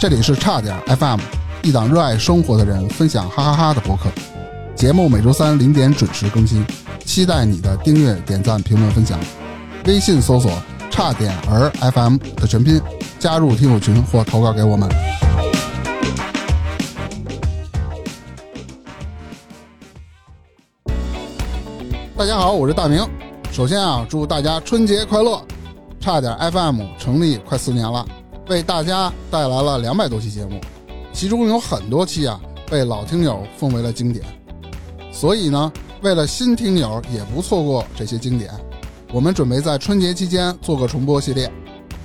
这里是差点 FM，一档热爱生活的人分享哈哈哈的博客。节目每周三零点准时更新，期待你的订阅、点赞、评论、分享。微信搜索“差点儿 FM” 的全拼，加入听友群或投稿给我们。大家好，我是大明。首先啊，祝大家春节快乐！差点 FM 成立快四年了，为大家带来了两百多期节目，其中有很多期啊被老听友奉为了经典。所以呢，为了新听友也不错过这些经典，我们准备在春节期间做个重播系列，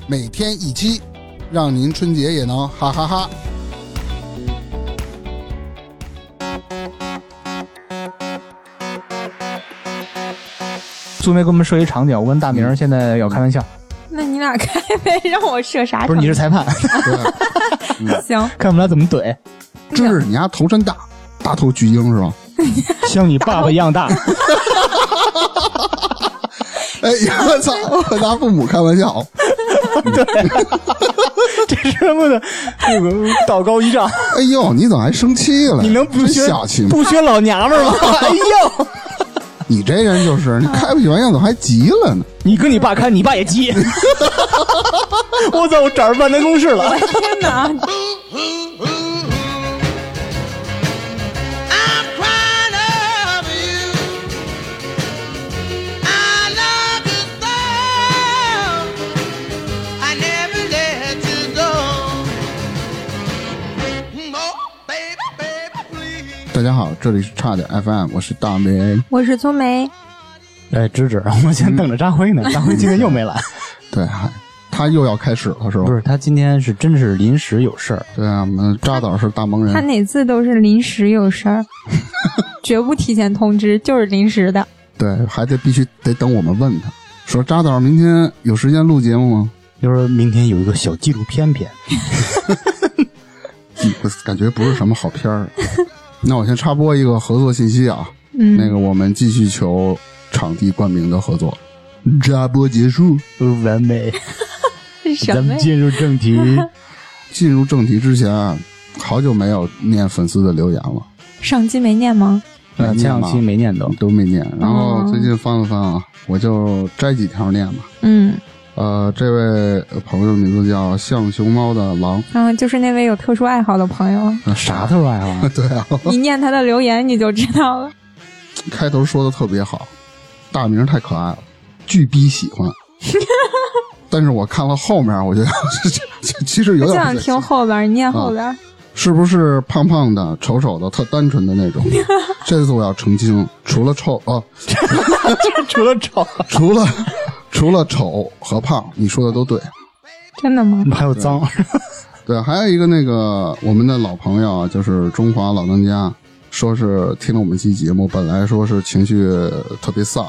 每天一期，让您春节也能哈哈 哈苏梅给我们设一场景，我跟大明儿现在要开玩笑，那你俩开呗，让我射啥？不是你是裁判， 对，行，看我们俩怎么怼，芝芝，你丫头真大，大头巨婴是吧？ 像你爸爸一样大。哎呀，我操！我和他父母开玩笑， 这是他妈的那个道高一丈，哎呦，你怎么还生气了？你能不真学小气吗？不学老娘们儿吗？ 哎呦，你这人就是，你开不起玩笑怎么还急了呢？你跟你爸看，你爸也 急。我操，我找着办台公事了。天哪！ I'm crying over you. I love you so. I never let you go. Oh, baby, baby, please. 大家好，这里是差点 FM，我是大明。 我是聪梅，哎，芝芝，我先等着扎辉呢，扎辉今天又没来。对，嗨他又要开始了是吧？ 不是，他今天是真是临时有事儿，对啊，我们扎导是大忙他人。哪次都是临时有事儿，绝不提前通知，就是临时的。对，还得必须得等我们问他，说扎导明天有时间录节目吗？就说明天有一个小纪录片片。嗯感觉不是什么好片 儿。那我先插播一个合作信息啊，嗯，那个我们继续求场地冠名的合作。插播结束。完 美，是什么呀？入正 题。进入正题之前啊，好久没有念粉丝的留言了，上期没念吗？呃，前两期没念叨，都没念。然后哦最近翻了翻啊，我就摘几条念吧。嗯，呃，这位朋友名字叫像熊猫的狼，啊然后就是那位有特殊爱好的朋友，啥都来了。 对啊，你念他的留言你就知道了。开头说的特别好，大名太可爱了，巨逼喜欢。但是我看了后面，我觉得 其实有就点想不太听行后边儿，你念后边儿。是不是胖胖的、丑丑的、特单纯的那 种？这次我要澄清，除了臭哦， 除了吵，除了 除了丑和胖，你说的都对。真的吗？ 还有脏。哦对，还有一个那个我们的老朋友啊，就是中华老当家，说是听了我们期节目，本来说是情绪特别丧，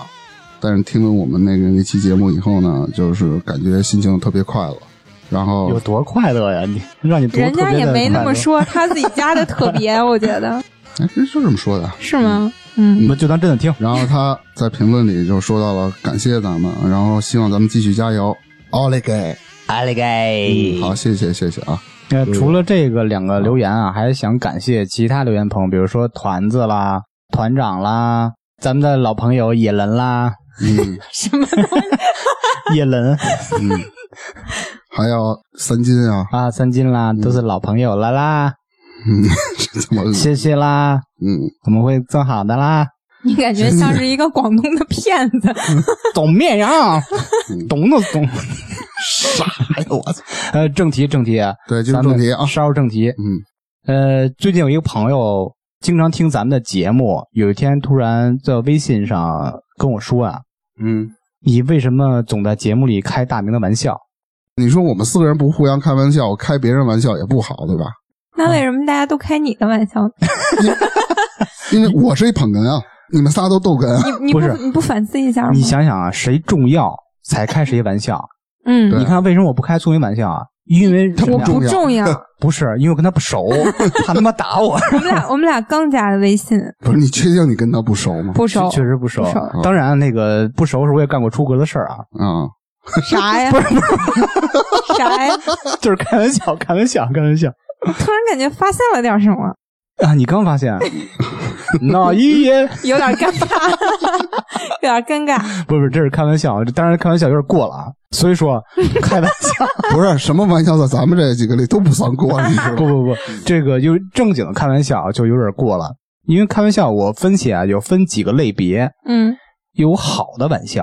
但是听了我们那个那期节目以后呢，就是感觉心情特别快乐。然后有多快乐呀？你让你多人特家别啊也的没那快么乐，说，他自己加的特别，我觉得哎，这就这么说的。是吗？嗯，那就当真的听。然后他在评论里就说到了感谢咱们，然后希望咱们继续加油。奥利给！阿里嗯，盖好，谢谢谢谢啊。呃，除了这个两个留言啊，还想感谢其他留言朋友，比如说团子啦、团长啦、咱们的老朋友野人啦、嗯什么东西？野人嗯，还有三金啊，啊、三金啦，都是老朋友了啦，嗯， 这怎么？谢谢啦，嗯，我们会更好的啦， 你感觉像是一个广东的骗子。懂绵羊嗯，懂的懂。 哎呦我操！呃，正题正题，对，进入咱正们题啊。稍正题。嗯，呃，最近有一个朋友经常听咱们的节目，有一天突然在微信上跟我说啊，嗯，你为什么总在节目里开大明的玩笑？你说我们四个人不互相开玩笑，开别人玩笑也不好，对吧？那为什么大家都开你的玩笑？因为我是一捧哏啊，你们仨都逗哏啊。 你你不是你不反思一下嗯吗？你想想啊，谁重要才开谁玩笑？嗯，对你看为什么我不开苏梅玩笑啊？因为他什不么我呀重不要 重要，不是，因为我跟他 不熟，他他妈打我，我们俩我们俩刚加的 微信，不是你确定你跟他不熟吗？不熟，确实不熟嗯不熟。当然，那个不熟的时候我也干过出格的事儿啊，啊，啥呀？不是不是 啥呀？就是开玩笑，开玩笑，开玩笑突然感觉发现了点什么，啊！你刚发 现，那一夜有点尴尬， 有点尴尬。不是，这是开玩笑，这当然开玩笑有点过了啊。所以说，开玩笑，不是什么玩笑，在咱们这几个里都不算过，你知道吗？不不不，这个就正经的开玩笑就有点过了。因为开玩笑，我分析啊，有分几个类别，嗯有好的玩笑。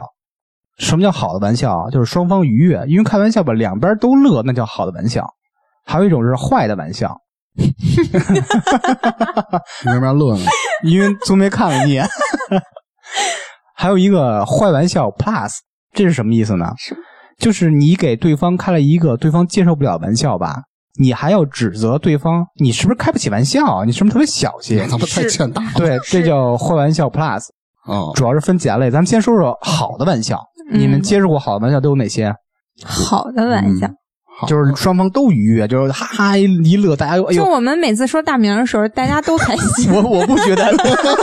什么叫好的玩笑啊？就是双方愉悦，因为开玩笑吧，两边都乐，那叫好的玩笑。还有一种是坏的玩笑，你为嘛乐呢？因为从没看过你。 还有一个坏玩笑 plus，这是什么意思呢？是就是你给对方开了一个对方接受不了的玩笑吧，你还要指责对方，你是不是开不起玩笑啊？你是不是特别小气？哎他妈太欠打 对，这叫坏玩笑 plus，啊！主要是分几大类。咱们先说说好的玩笑，嗯你们嗯接受过好的玩笑都有哪些？好的玩笑。好就是双方都愉悦，就是哈哈一乐，大家哎就呦，我们每次说大名的时候，大家都开心。我我不觉得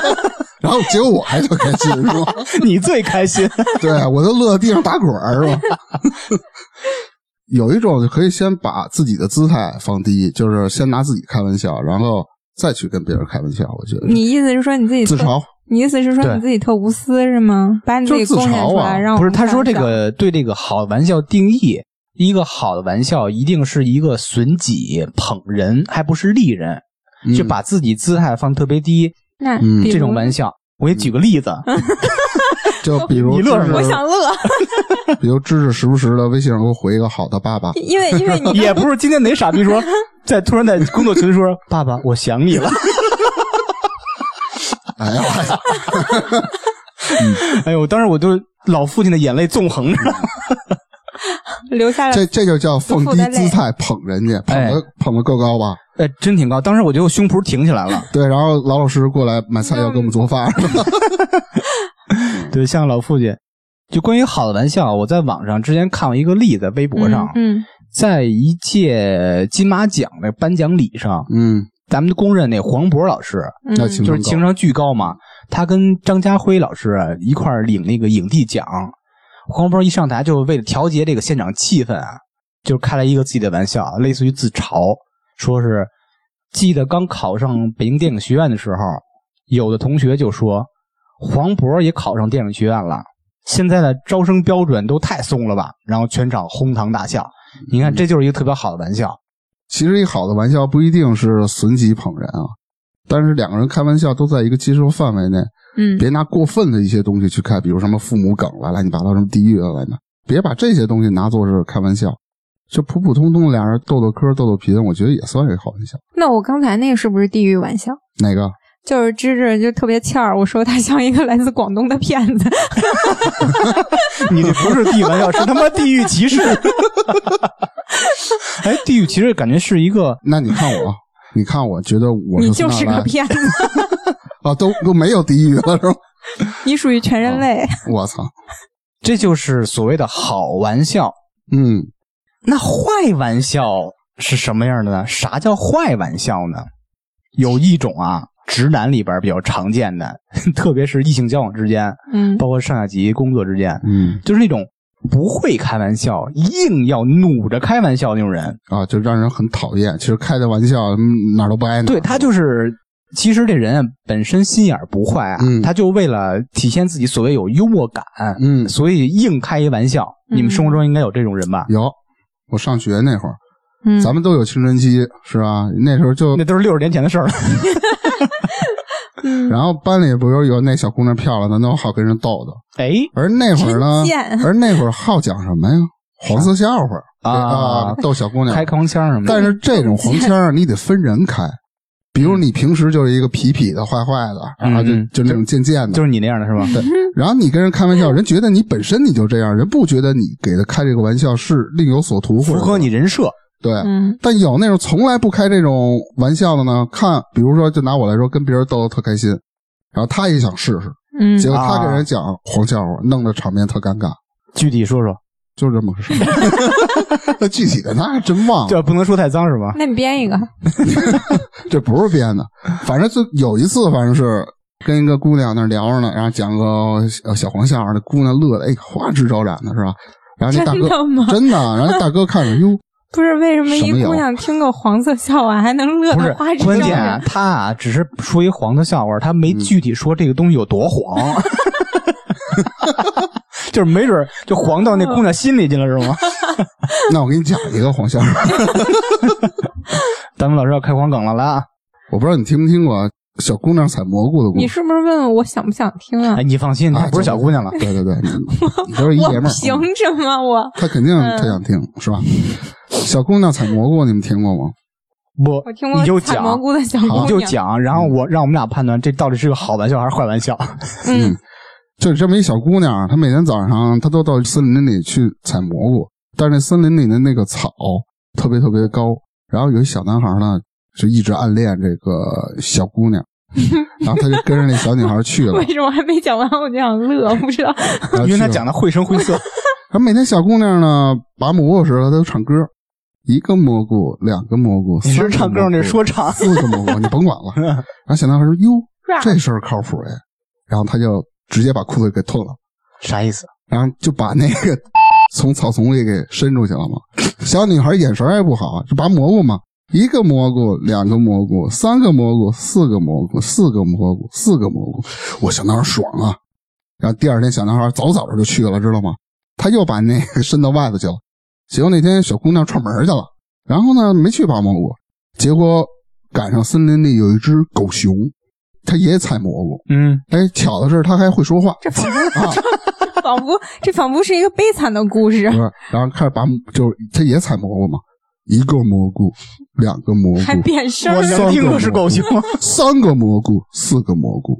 然后结果我还特开心，是吧？你最开心。对啊我都乐地上打滚儿，是吧？ 有一种就可以先把自己的姿态放低，就是先拿自己开玩笑，然后再去跟别人开玩笑。我觉得你意思是说你自己自特嘲，你意思是说对你自己特无私是吗？把你自己就是自贡献嘲出啊来，让我不是，们他说这看上个对这个好玩笑定义，一个好的玩笑一定是一个损己捧人，还不是利人，嗯就把自己姿态放特别低，那嗯这种玩笑，笑。我给你举个例 子，就比如你乐知识什么我 想乐，比如知识时不时的微信上给我回一个好的爸爸，因为因为你也不是今天哪傻逼说，在突然在工作群里说：“爸爸，我想你了。 哎呀，哎呀”哎呦，当时我就老父亲的眼泪纵横着。嗯留下了这这就叫放低姿态捧人家，捧哎的捧的够高吧？ 哎，真挺高，当时我就胸脯挺起来了。对，然后老老实实过来买菜要给我们做饭，嗯对，像老父亲，就关于好的玩笑，我在网上之前看过一个例子，微博上，嗯在一届金马奖的颁奖礼上， 嗯，咱们公认那黄渤老师啊嗯那嗯请就是情商巨高嘛，他跟张家辉老师啊一块儿领那个影帝奖，黄渤一上台就是为了调节这个现场气氛啊，就开了一个自己的玩笑，类似于自嘲，说是记得刚考上北京电影学院的时候，有的同学就说黄渤也考上电影学院了，现在的招生标准都太松了吧，然后全场哄堂大笑。你看，这就是一个特别好的玩笑。其实一好的玩笑不一定是损己捧人啊，但是两个人开玩笑都在一个接受范围内，嗯别拿过分的一些东西去开，比如什么父母梗了，乱七八糟什么地狱啊，来呢，别把这些东西拿作是开玩笑，就普普通通俩人逗逗嗑、逗逗贫，我觉得也算是一个好玩笑。那我刚才那个是不是地狱玩笑？哪个？就是芝芝就特别欠儿，我说他 像一个来自广东的骗子，你这不是地狱玩笑，是他妈地狱骑士。哎，地狱骑士感觉是一个那你看我，你看我觉得我孙你就是大个来骗子，啊，都都没有地狱了是吧？你属于全人哦类。我操，这就是所谓的好玩笑。嗯，那坏玩笑是什么样的呢？啥叫坏玩笑呢？有一种啊，直男里边比较常见的， 特别是异性交往之间，嗯包括上下级工作之间，嗯就是那种不会开玩笑，硬要努着开玩笑那种人。啊，就让人很讨厌。其实开的玩笑嗯哪儿都不挨哪儿。对他就是，其实这人啊本身心眼儿不坏啊，嗯他就为了体现自己所谓有幽默感，嗯，所以硬开一玩笑。嗯你们生活中应该有这种人吧？有。我上学那会儿，嗯咱们都有青春期，是吧？那时候就那，都是六十年前的事儿了。嗯然后班里不是有那小姑娘漂亮的，那我好跟人逗逗。 哎而那会儿呢真贱，而那会儿好讲什么呀？黄色笑话啊，逗小姑娘开。黄腔什么的。但是这种黄腔儿你得分人开，比如你平时就是一个痞痞的、坏坏的，然后就嗯嗯就那种贱贱的，就是你那样的是吧？对，然后你跟人开玩笑，人觉得你本身你就这样，人不觉得你给他开这个玩笑是另有所图，或符者合你人设。对。嗯但有那种从来不开这种玩笑的呢，看，比如说，就拿我来说，跟别人逗得特开心，然后他也想试试，嗯结果他啊给人讲黄笑话，弄得场面特尴尬，具体说说，就这么个事儿。 那具体的那还真忘了，这不能说太脏是 吧？那你编一嗯个，这不是编的。反正就有一次，反正是跟一个姑娘那儿聊着呢，然后讲个呃小黄笑话，那姑娘乐的哎花枝招展的是吧？然后那真大哥的吗？真的，然后那大哥看着哟，不是为什么什一么有姑娘听个黄色笑话还能乐不得是花枝招关键啊展？，他啊只是说一黄的笑话，他没具体说这个东西有多黄， 就是没准儿就黄到那姑娘心里去了，是吗？那我给你讲一个黄笑话，咱们老师要开黄梗了啊啦！我不知道你听没听过啊小姑娘采蘑菇的故你事。是不是问我想不想听啊哎，？你放心，啊她不是小姑娘了。对对对，你你就是一我嗯爷们儿，嗯凭什么我？他肯定他想听是吧？小姑娘采蘑菇，你们听过吗？不我听，你就过采讲，蘑菇的小姑娘，你就讲，然后我让我们俩判断这到底是个好玩笑还是坏玩 笑。嗯，就是这么一小姑娘啊，她每天早上她都到森林里去采蘑菇，但是那森林里的那个草特别特别高，然后有一小男孩呢就一直暗恋这个小姑娘，然后他就跟着那小女孩去了 为，什么还没讲完我就想乐？不知道，然后因为他去了讲的绘声绘色，然后每天小姑娘呢拔蘑菇的时候，她都唱歌，一个蘑菇，两个蘑菇， 你三是个唱歌蘑那菇，是说 唱四个蘑菇，你甭管了。然后小男孩说：“哟，这事儿靠谱哎。”然后他就直接把裤子给褪了，啥意思？然后就把那个 从草丛里给伸出去了嘛。小女孩眼神儿也不好，啊就拔蘑菇嘛，一个蘑菇，两个蘑菇，三个蘑菇，四个蘑菇，四个蘑菇，四个蘑菇。我小男孩爽啊！然后第二天，小男孩早早的就去了，知道吗？他又把那个伸到外头去了。结果那天小姑娘串门去了，然后呢没去拔蘑菇，结果赶上森林里有一只狗熊，它也采蘑菇。嗯，哎，巧的是它还会说话，这仿佛、这 仿佛这仿佛是一个悲惨的故事不，是，然后开始拔，就是它也采蘑菇嘛，一个蘑菇，两个蘑还菇，变声我儿，能听过是狗熊，啊三个蘑菇，四个蘑菇，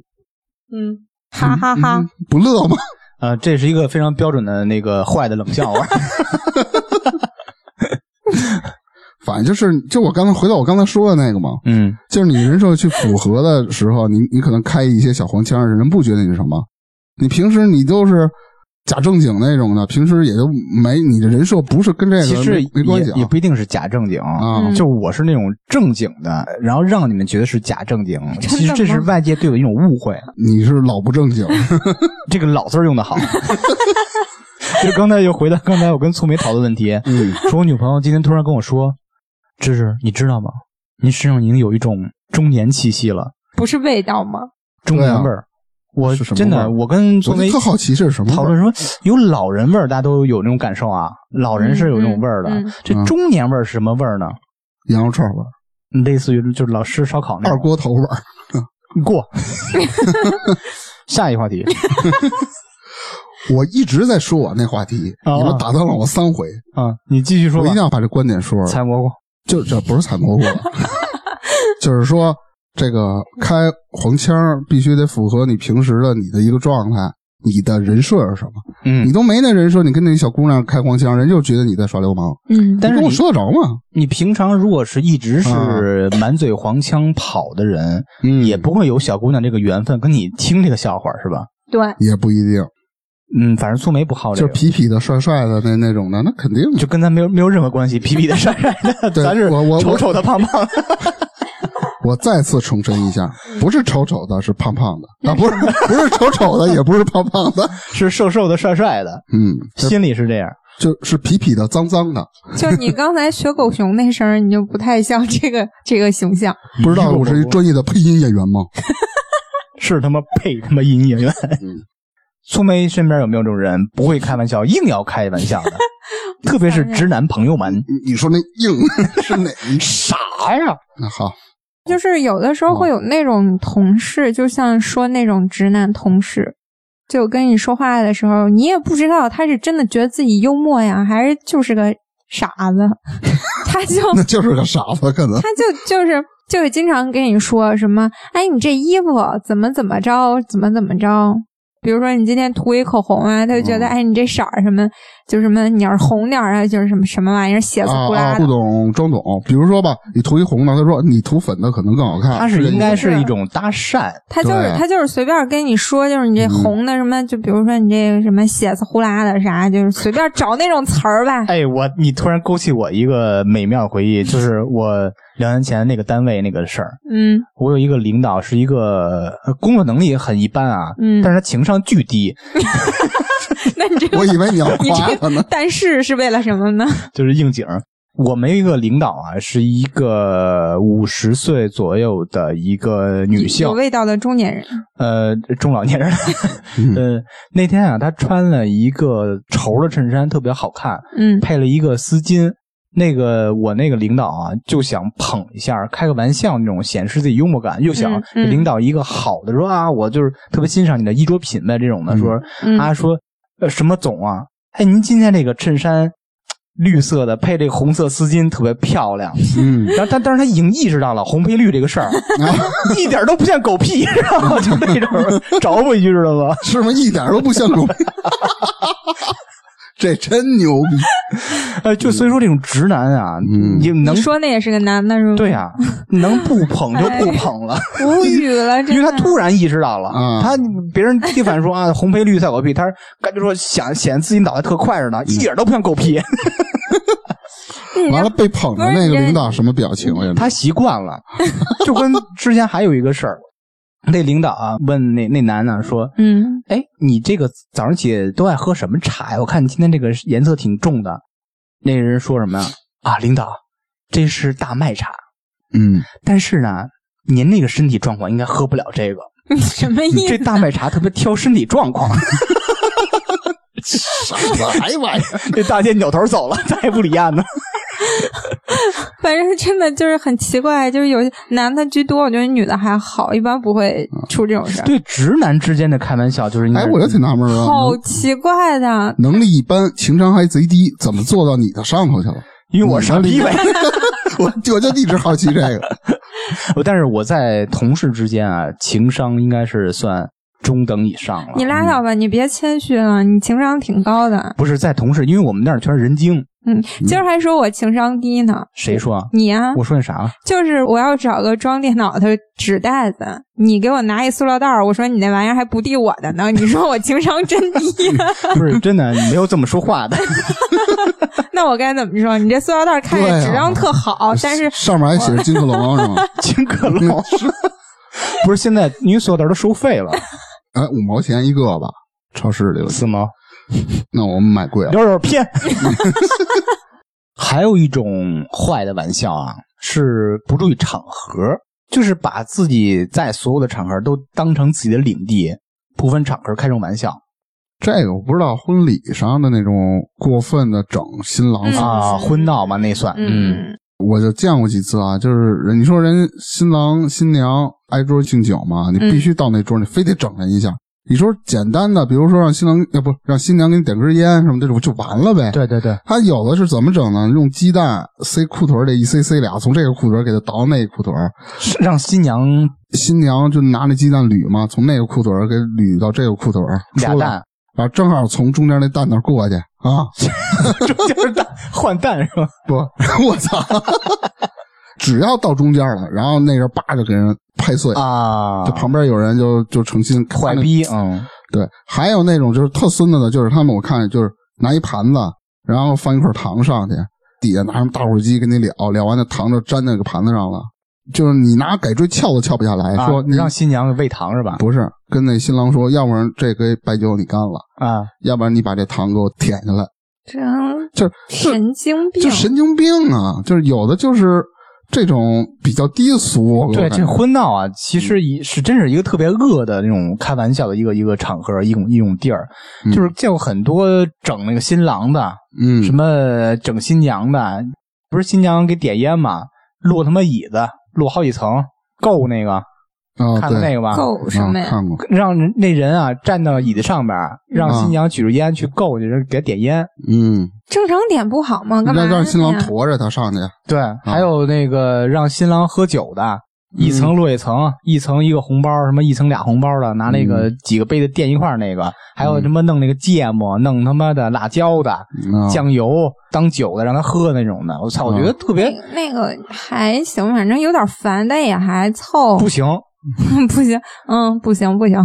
嗯，哈哈哈嗯，不乐吗？呃，这是一个非常标准的那个坏的冷笑 话。反正就是，就我刚才回到我刚才说的那个嘛，嗯，就是你人设去符合的时候，你你可能开一些小黄腔，人不觉得你是什么。你平时你都是假正经那种的，平时也就没你的人设不是跟这个其实没没关系也也啊。不一定是假正经啊嗯就我是那种正经的，然后让你们觉得是假正经， 真的其实这是吗外界对我一种误会。你是老不 正经，这个“老”字儿用的好。 就刚才又回到刚才我跟粗梅讨论问题，嗯，说我女朋友今天突然跟我说：“芝芝，你知道吗？您身上已经有一种中年气息了，不是味道吗？中对啊年味儿。我是什么真味的，儿我跟粗我梅就特好奇这是什么味儿讨论说，有老人味儿，大家都有那种感受啊。老人是有那种味儿的，嗯嗯嗯这中年味儿是什么味儿呢？羊肉串味儿、类似于就是老吃烧烤那二种。锅头味儿。过。 下一话题，我一直在说我那话题，啊你们打断了我三回，啊，你继续说我一吧定。要把这观点说了。采蘑菇，就这不是采蘑菇了， 就是说这个开黄腔儿必须得符合你平时的你的一个状态，你的人设是什么？嗯你，都没那人设，你跟那小姑娘开黄腔，人就觉得你在耍流氓。嗯，但是你跟我你说得嗯着吗？你平常如果是一直是满嘴黄腔跑的人，嗯也不会有小姑娘这个缘分跟你听这个笑话是吧？对，也不一定，嗯，反正粗眉不好就这是个，痞痞的、帅帅的那那种的，那肯定就跟咱没有没有任何关 系，痞痞的帅帅的，对咱是我我我丑丑的胖胖的，我再次重申一下，不是丑丑的，是胖胖的啊， 不是不是丑丑的，也不是胖胖的， 是瘦瘦的帅帅的，嗯，心里是这样。就是痞痞的、脏脏的，就你刚才学狗熊那声儿，你就不太像这个这个形象。不知道我是一专业的配音演员吗？是他妈配他妈音演员嗯。粗眉身边有没有这种人不会开玩笑，硬要开玩笑 的？特别是直男朋友们，你你说那硬是 哪一？啥呀？那好，就是有的时候会哦有那种同事，就像说那种直男同事，就跟你说话的时候，你也不知道他是真的觉得自己幽默呀，还是就是个傻子。 他就 那就是个傻子，可能他就就是就是经常跟你说什么，哎，你这衣服怎么怎么着，怎么怎么着。比如说你今天涂一口红啊，他就觉得、嗯哎，你这色儿什么，就是什么，你要是红点儿啊，就是什么什么玩意儿，血丝啊呼啦啊，的。不懂装懂。比如说吧，你涂一红的，他说啊你涂粉的可能更好看，他是这应意思该啊是一种搭讪，。他就是对他就是随便跟你说，就是你这红的什么，就比如说你这个什么血丝呼啦的啥，就是随便找那种词儿吧哎，我你突然勾起我一个美妙回忆，就是我两年前那个单位那个事儿。嗯 我有一个领导是一个呃工作能力很一般啊，嗯但是他情商巨低，那你这个我以 为你要你夸这我呢个。但是是为了什么呢？就是应景儿。我们有一个领导啊，是一个五十岁左右的一个女性有，味道的中年人，呃，中老年人。 呃，那天啊，她穿了一个绸的衬衫，特别好看，嗯配了一个丝巾。那个我那个领导啊，就想捧一下，开个玩笑那种，显示自己幽默感，又想嗯给嗯领导一个好的说啊，我就是特别欣赏你的衣着品味这种的，嗯说他嗯，说：“呃，什么总啊？哎，您今天这个衬衫，绿色的配这个红色丝巾特别漂 亮。嗯，然后但但是他已经意识到了红配绿这个事儿，一点都不像狗屁，然后就那 种找我一句知道吗？是吗？一点都不像狗 屁，这真牛逼！呃，就所以说这种直男啊，嗯你能嗯你说那也是个男的是吗？对， 呀、能不捧就不捧了，无语了，因真为他哎的。突然意识到了，嗯他别人一反说啊红配绿赛狗屁，他感觉说想显自己脑袋特快嗯似的，一点都不像狗屁，你让完了，被捧的那个领导什么表情？我也他习惯了，就跟之前还有一个事儿，那领导啊问那那男的说嗯：“哎，你这个早上起都爱喝什么茶呀？我看你今天这个颜色挺重的。”那人说什么呀？啊，领导，这是大麦茶，嗯，但是呢，您那个身体状况应该喝不了这个， 什么意这思？大麦茶特别挑身体状况。 啥玩意 儿？那大姐扭头走了，再也不理案呢。反正真的就是很奇怪，就是有些男的居多，我觉得女的还好，一般不会出这种事儿，对直男之间的开玩笑就是应该哎，我就挺纳闷啊，好奇怪的。能力一般，情商还贼低，怎么做到你的上头去 了？因为我傻逼呗。我我就一直好奇这个。我但是我在同事之间啊，情商应该是算中等以上了。你拉倒吧，你别谦虚了，你情商挺高的。不是在同事，因为我们那儿全是人精。嗯，今儿还说我情商低呢，谁说啊？你啊，我说那啥了？就是我要找个装电脑的纸袋子，你给我拿一塑料袋儿，我说你那玩意儿还不递我的呢，你说我情商真低，啊不是真的，没有这么说话的。那我该怎么说？你这塑料袋儿看对啊着质量特好，哦但是上面还写着金克龙 是吗？金克 龙不是现在，因为所有袋都收费了，哎，五毛钱一个吧， 超市里头。是吗？那我们买贵了。有点偏。 还有一种坏的玩笑啊，是不注意场合，就是把自己在所有的场合都当成自己的领地，不分场合开这种玩笑。这个我不知道，婚礼上的那种过分的整新郎法，啊，婚闹嘛，那算，嗯，嗯我就见过几次啊。就是人你说人新郎新娘挨桌敬酒嘛，你嗯必须到那桌，你非得整人一下。你说简单的，比如说让新郎呃要不让新娘给你点根烟什么这种就完了呗。对对对，他有的是怎么整呢？用鸡蛋塞裤腿里一塞塞俩，从这个裤腿给他倒那个裤腿，是让新娘新娘就拿那鸡蛋捋嘛，从那个裤腿给捋到这个裤腿俩出来 蛋，然后正好从中间那蛋那儿 过去啊！中间是蛋换蛋是吧？不，我操！只要到中间了，然后那人叭就给人拍碎， 啊，就旁边有人就就诚心坏看那。逼，嗯，对，还有那种就是特孙子的，就是他们我看就是拿一盘子，然后放一块糖上去，底下拿什么打火机跟你燎，燎完那糖就粘那个盘子上了，就是你拿改锥撬都撬不下来。啊说你让新娘喂糖是吧？不是跟那新郎说，要不然这杯白酒你干了，啊，要不然你把这糖给我舔下来。真就是神经病就，神经病啊！就是有的就是这种比较低俗，我对，感这觉婚闹啊，其实也是真是一个特别恶的那种开玩笑的一个一个场合，一种一种地儿，嗯就是见过很多整那个新郎的，嗯什么整新娘的，不是新娘给点烟嘛，落他妈椅子，落好几层，够那个，啊，看过那对，个吧？够什啊么呀？看过，让人那人啊站到椅子上边儿，让嗯新娘举着烟去够那人，给他点烟。嗯，正常点不好吗？干嘛让呀让新郎驮着他上去，对，还有那个让新郎喝酒的，一层落一层，一层一个红包，什么一层俩红包的，拿那个几个杯子垫一块儿那个，还有什么弄那个芥末，弄他妈的辣椒的、啊酱油当酒的，让他喝那种的。我操，我觉得特别那那个还行，反正有点烦，但也还凑，不行。 不行，嗯，不行，不行。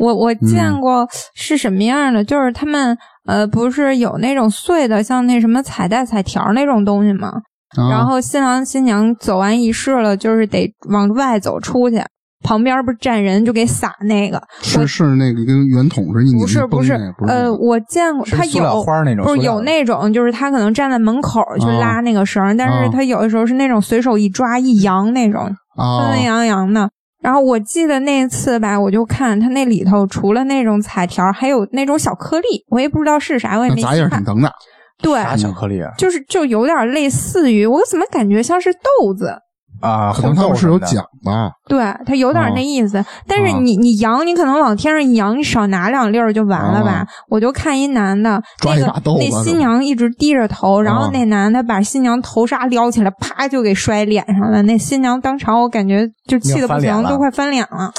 我我见嗯过是什么样的，就是他们呃，不是有那种碎的，像那什么彩带、彩条那种东西吗？啊然后新郎新娘走完仪式了，就是得往外走出去，旁边不是站人就给撒那个，是是那个跟圆筒是一拧不是一不崩是那个，不是那呃，个我见过是他塑料有花儿那种，不是塑料有的那种，就是他可能站在门口去啊拉那个绳儿，但啊是他有的时候是那种随手一抓一扬那种，啊纷纷扬扬的。然后我记得那次吧，我就看他那里头除了那种彩条，还有那种小颗粒，我也不知道是啥，我也那没砸也细是看挺。疼的。对，啥巧克力啊就是就有点类似于，我怎么感觉像是豆子？啊，可能他们红豆是有什么奖吧？对，它有点哦那意思。但是啊你你扬，你可能往天上一扬，你少拿两粒儿就完了吧？哦啊我就看一男的，抓一那把个豆子那新娘一直低着头，然哦后那男的把新娘头纱撩起来，啪就给摔脸上了。那新娘当场我感觉就气的不你要翻脸行，了哦都快翻脸了。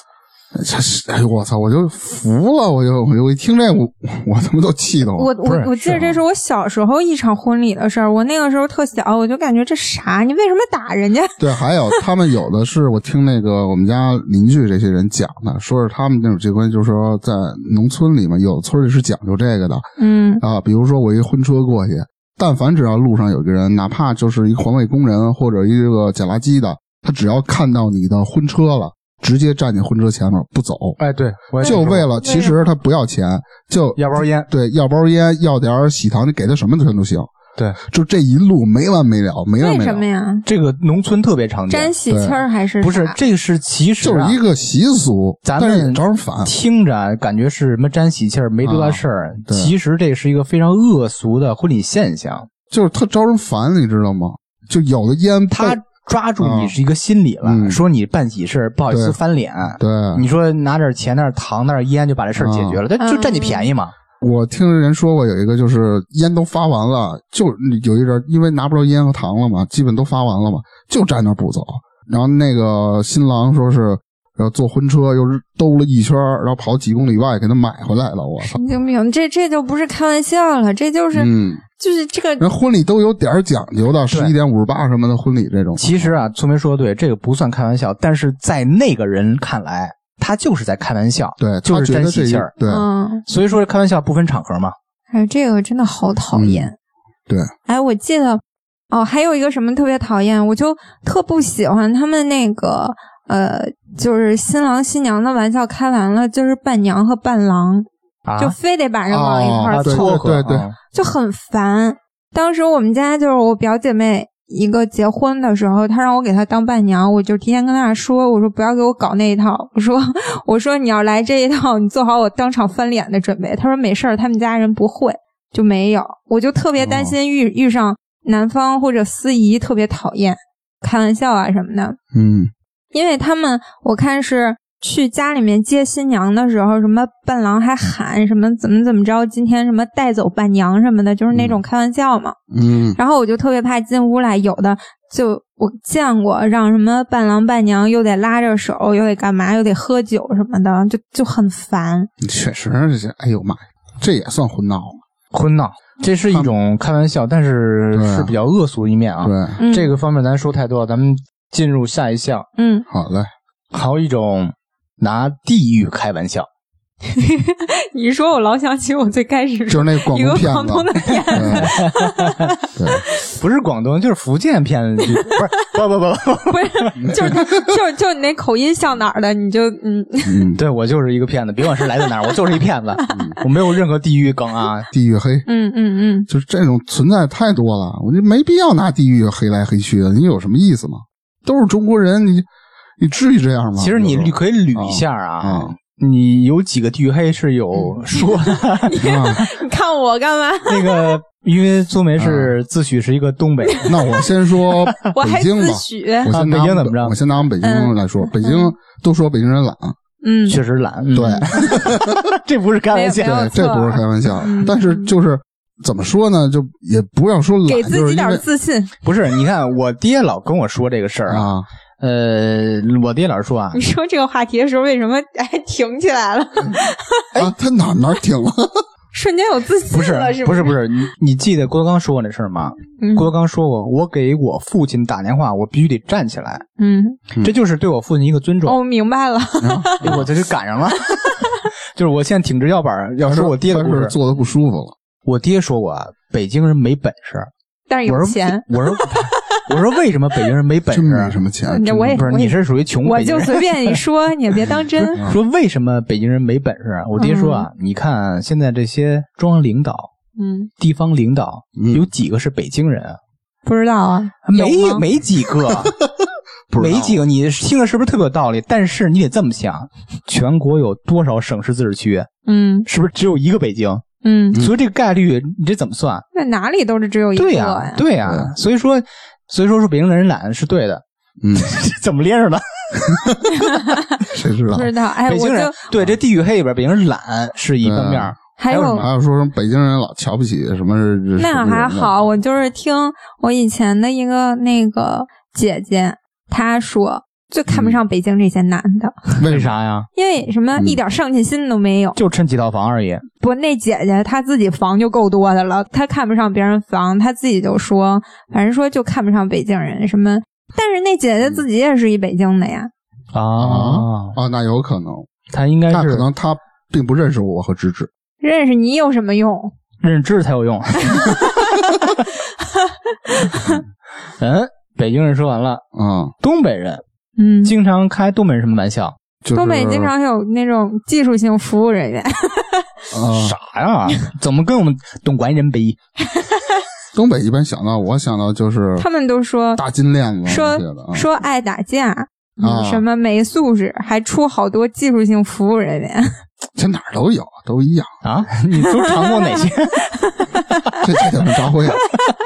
这是哎呦我操！我就服了，我就我就我一听这我我他妈都气得我不是我我是记得啊这是我小时候一场婚礼的事儿，我那个时候特小，我就感觉这啥？你为什么打人家？ 对，还有他们有的是我听那个我们家邻居这些人讲的，说是他们那种这关，就是说在农村里面，有的村里是讲究这个的嗯啊。比如说我一婚车过去，但凡只要路上有个人，哪怕就是一环卫工人或者一个捡垃圾的，他只要看到你的婚车了，直接站你婚车前面不走，哎，对，我也就听说为过了其实他不要钱，就要包烟，对要包烟要点儿喜糖，你给他什么钱都行。对，就这一路没完没了，没完为没什么了，呀？这个农村特别常见沾，喜气儿还是不是啥这个是其实就啊是一个习俗，咱但是们也招人烦。听着啊感觉是什么沾喜气儿没多大事儿，啊对其实这是一个非常恶俗的婚礼现象。就是特招人烦，你知道吗？就有的烟被他抓住你是一个心理了，嗯说你办喜事儿不好意思对翻脸，对，你说拿点钱、那点糖、那点烟就把这事儿解决了，嗯他、就占你便宜嘛。我听人说过有一个就是烟都发完了，就有一人因为拿不着烟和糖了嘛，基本都发完了嘛，就站那儿不走。然后那个新郎说是，然后坐婚车又是兜了一圈儿，然后跑几公里外给他买回来了。我操！神经病，这这就不是开玩笑了，这就是、嗯，就是这个人婚礼都有点儿讲究的，十一点五十八什么的婚礼这种。其实啊，聪明说的对，这个不算开玩笑，但是在那个人看来，他就是在开玩笑，对，就他是觉沾得这喜一气儿。对，嗯，所以说开玩笑不分场合嘛。哎，这个真的好讨厌。嗯对，哎，我记得哦，还有一个什么特别讨厌，我就特不喜欢他们那个呃，就是新郎新娘的玩笑开完了，就是伴娘和伴郎、啊，就非得把人往一块啊儿对凑，撮合对对对啊就很烦。当时我们家就是我表姐妹一个结婚的时候，她让我给她当伴娘，我就提前跟她说，我说不要给我搞那一套，我说我说你要来这一套，你做好我当场翻脸的准备。她说没事儿，他们家人不会，就没有。我就特别担心遇、遇上男方或者司仪特别讨厌，开玩笑啊什么的，嗯，因为他们我看是。去家里面接新娘的时候，什么伴郎还喊什么怎么怎么着，今天什么带走伴娘什么的，就是那种开玩笑嘛。嗯，然后我就特别怕进屋来，有的就我见过让什么伴郎伴娘又得拉着手，又得干嘛，又得喝酒什么的，就就很烦。嗯确实是，哎呦妈呀，这也算婚闹吗？婚闹，这是一种开玩笑，但是嗯对啊是比较恶俗一面啊。对，嗯、这个方面咱说太多了，咱们进入下一项，嗯，好嘞，还有一种拿地域开玩笑。你一说我老想起我最开始就是那广一东个骗广子东。的片子，对，对不是广东就是福建骗子，就不是不不不 不，不是，就是他，就是就是你那口音像哪儿的，你就嗯，嗯，对我就是一个骗子，别管是来自哪儿，我就是一骗子，我没有任何地域梗啊。地域黑，嗯嗯就是这种存在太多了，我就没必要拿地域黑来黑去的，你有什么意思吗？都是中国人，你你至于这样吗？其实你有时你候可以捋一下啊嗯，你有几个地域黑是有说的，啊，嗯，你看我干嘛？那个因为苏梅嗯是自诩是一个东北人，那我先说 我还北自嗯京吧，诩，我先拿啊我们北京怎么着我先拿我们北京来说，北京都说北京人懒，嗯，确实懒，嗯 对，这不是开玩笑没对，有，这错不是开玩笑嗯，但是就是怎么说呢，就也不要说给懒，自就是己因点儿为自信。不是。你看我爹老跟我说这个事儿啊，啊，呃，我爹老说啊你，说这个话题的时候，为什么哎停起来了？哎啊，他哪哪儿挺了，瞬间有自信不是了，是不是是？不是，你你记得郭德纲说过那事儿吗？嗯郭德纲说过，我给我父亲打电话，我必须得站起来，嗯，嗯这就是对我父亲一个尊重。哦，明白了。哎我这就赶 上了，就是我现在挺直腰板儿。要说我爹的但故是事，坐的不舒服了。 我爹说我啊北京人没本事，但是我有说钱，我说我说为什么北京人没本真 没事啊什？么钱，嗯真我也不是，你是属于穷我北京就人。随便一说，你也别当真。说为什么北京人没本事？我爹说啊，你看现在这些中央领导、嗯，地方领导，嗯有几个是北京人啊？不知道啊，有没吗没几个， 不知道没几个。你听着是不是特别有道理？但是你得这么想，全国有多少省市自治区？嗯是不是只有一个北京？嗯，所以这个概率你这怎么算？那哪里都是只有一个对呀、呀。对呀、所以说，所以说说北京人懒是对的，嗯， 怎么连着的？谁知道 不？知道，哎，北我京人就对这地域黑里边，北京人懒是一方嗯面儿，还还有什有还有说什么北京人老瞧不起什么日？日嗯那还好，，我就是听我以前的一个那个姐姐她说，最看嗯不上北京这些男的，日本人为？啥呀？因为什么嗯一点上进心都没有。就趁几套房而已。啊不，那姐姐她自己房就够多的了，她看不上别人房，她自己就说，反正说就看不上北京人什么。但是那姐嗯姐自己也是一北京的呀，啊，啊，那有可能，他应该那可是能他并不认识我和芝芝。认识你有什么用？认知才有用。嗯，北京人说完了，嗯，东北人嗯，经常开东北人什么玩笑？就是东北经常有那种技术性服务人员，啊，啥呀？怎么跟我们东莞人比？东北一般想到我想到就是他们都说大金链子，说我觉得啊说爱打架，啊嗯什么没素质，还出好多技术性服务人员。 这哪儿都有，都一样。啊，你都尝过哪些？这这得问张 辉啊，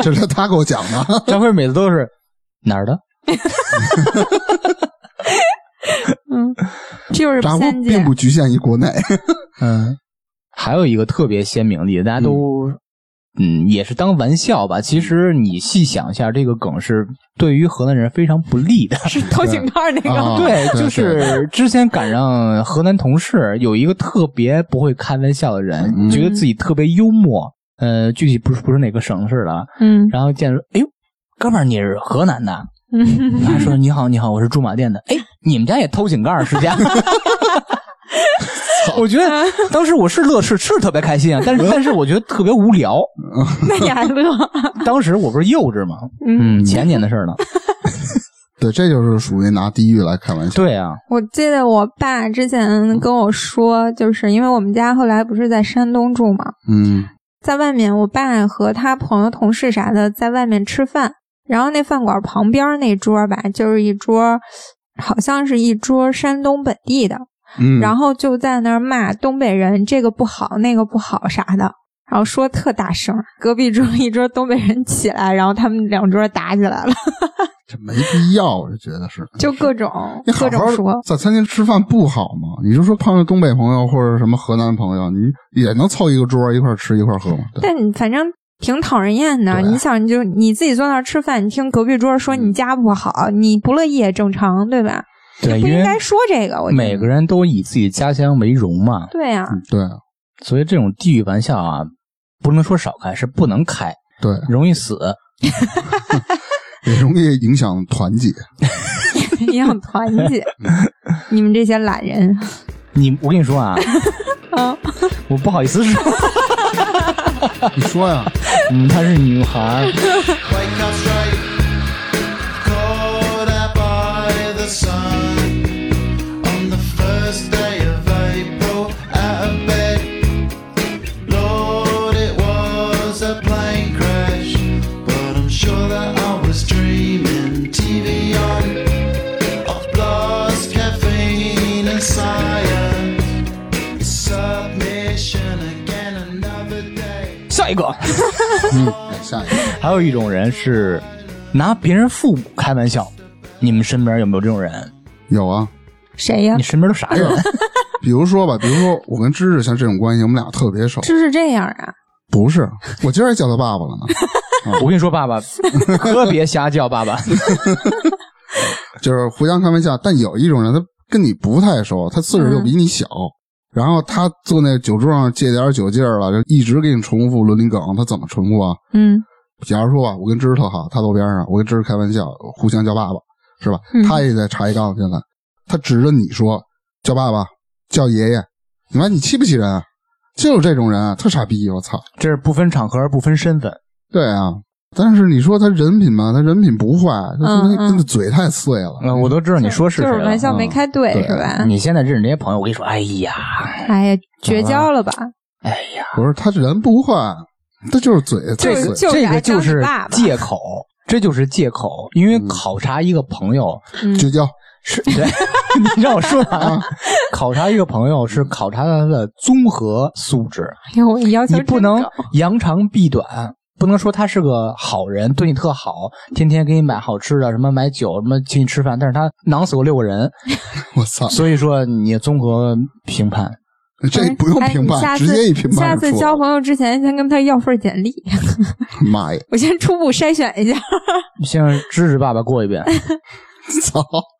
这是他给我讲的。张辉每次都是哪儿的？嗯，这就是张辉三姐并。不局限于国内，嗯，还有一个特别鲜明的例子，大家都嗯也是当玩笑吧。其实你细想一下，这个梗是对于河南人非常不利的。是偷井盖那个啊吗，对，对就是之前赶上河南同事有一个特别不会开玩笑的人，嗯觉得自己特别幽默。呃，具体不是不是哪个省市的啊，嗯然后见着，哎呦，哥们儿，你是河南 的？嗯，他说：“你好，你好，我是驻马店的。哎，你们家也偷井盖儿是 家？”我觉得当时我是乐是是特别开心啊， 但是但是我觉得特别无聊。那你还乐？当时我不是幼稚嘛，嗯，嗯，前年的事儿了。 对，这就是属于拿地域来开玩笑。对啊，我记得我爸之前跟我说，就是因为我们家后来不是在山东住嘛，嗯在外面，我爸和他朋友、同事啥的在外面吃饭，然后那饭馆旁边那桌吧，就是一桌，好像是一桌山东本地的，嗯，然后就在那儿骂东北人这个不好那个不好啥的，然后说特大声。隔壁桌一桌东北人起来，然后他们两桌打起来了，这没必要，我就觉得是。就各种你好各种好说。在餐厅吃饭不好吗？你就说碰上东北朋友或者什么河南朋友，你也能凑一个桌儿一块儿吃一块儿喝嘛。对但你反正挺讨人厌的。对嗯你想，你就你自己坐那儿吃饭，你听隔壁桌说你家不好，你不乐意也正常，对吧？对，不因应为该说这个，我觉得每个人都以自己家乡为荣嘛，对呀、对啊所以这种地域玩笑啊，不能说少开，是不能开，对，容易死。也容易影响团结。嗯 一样团结。你们这些懒人，你，我跟你说啊， 啊，我不好意思说， 你说呀，嗯，她是女孩儿。 Wake up straight, caught out by the sun. On the first day of April, out of bed. Lord, it was a plane crash, but I'm sure that I was dreaming. TV on, I've lost caffeine and science. Submission again, another day. 下一个，嗯，下一个，还有一种人是拿别人父母开玩笑。你们身边有没有这种人？有啊，谁呀你？身边都啥人？比如说吧，比如说我跟芝芝像这种关系，我们俩特别熟。就是这样啊，不是，我今儿还叫他爸爸了呢。啊我跟你说，爸爸，可别瞎叫爸爸。就是互相开玩笑。但有一种人，他跟你不太熟，他岁数又比你小，然后他坐那酒桌上借点酒劲儿了，就一直给你重复伦理梗，他怎么重复啊？嗯假如说啊吧，我跟芝芝特好，他坐边上，我跟芝芝开玩笑，互相叫爸爸，是吧？嗯他也在茶一杠现在，他指着你说叫爸爸，叫爷爷，你妈你气不气人？啊啊？就有这种人，特傻逼，我操！这是不分场合、不分身份。对啊，但是你说他人品吧，他人品不坏，他他妈嗯嗯真的嘴太碎了。嗯，我都知道你说是就谁是了。玩笑没开对嗯是吧？你现在认识这些朋友，我跟你说，哎呀，哎呀，绝交了吧？哎呀，我说他人不坏，他就是嘴太就碎是。就是这爱个就当你是爸爸借口，这就是借口，因为考察一个朋友嗯绝交，是， 对你让我说完啊，考察一个朋友是考察他的综合素质，哎呦，我要求你不真能高扬长避短，不能说他是个好人，对你特好，天天给你买好吃的，什么买酒，什么请你吃饭，但是他囊死过六个人，我操！所以说你综合评判，这不用评哎你判，下直次接一评下判就次出来交了。朋友之前，先跟他要份儿简历， 妈呀！我先初步筛选一下。先支持爸爸过一 遍。操！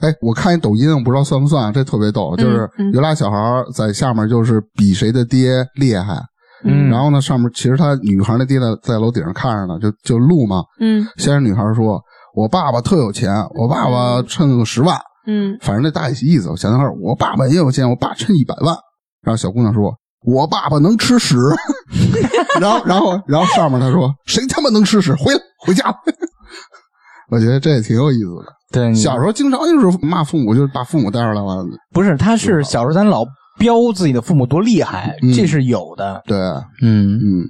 哎，我看一抖音，我不知道算不算，这特别逗，就是嗯有俩小孩儿在下面就是比谁的爹厉害，嗯然后呢，上面其实他女孩的爹呢在楼顶上看着呢，就就录嘛。嗯先是女孩说：“我爸爸特有钱，我爸爸趁个十万，嗯反正那大意思。”小男孩儿：“我爸爸也有钱，我爸趁一百万。”然后小姑娘说：“我爸爸能吃屎。” 然后，然后，然后上面他说：“谁他妈能吃屎？回来，回家。” 我觉得这也挺有意思的。对，你小时候经常哎就是骂父母，就是把父母带出来了。不是他是小时候咱老标自己的父母多厉害，嗯这是有的。对，嗯，嗯，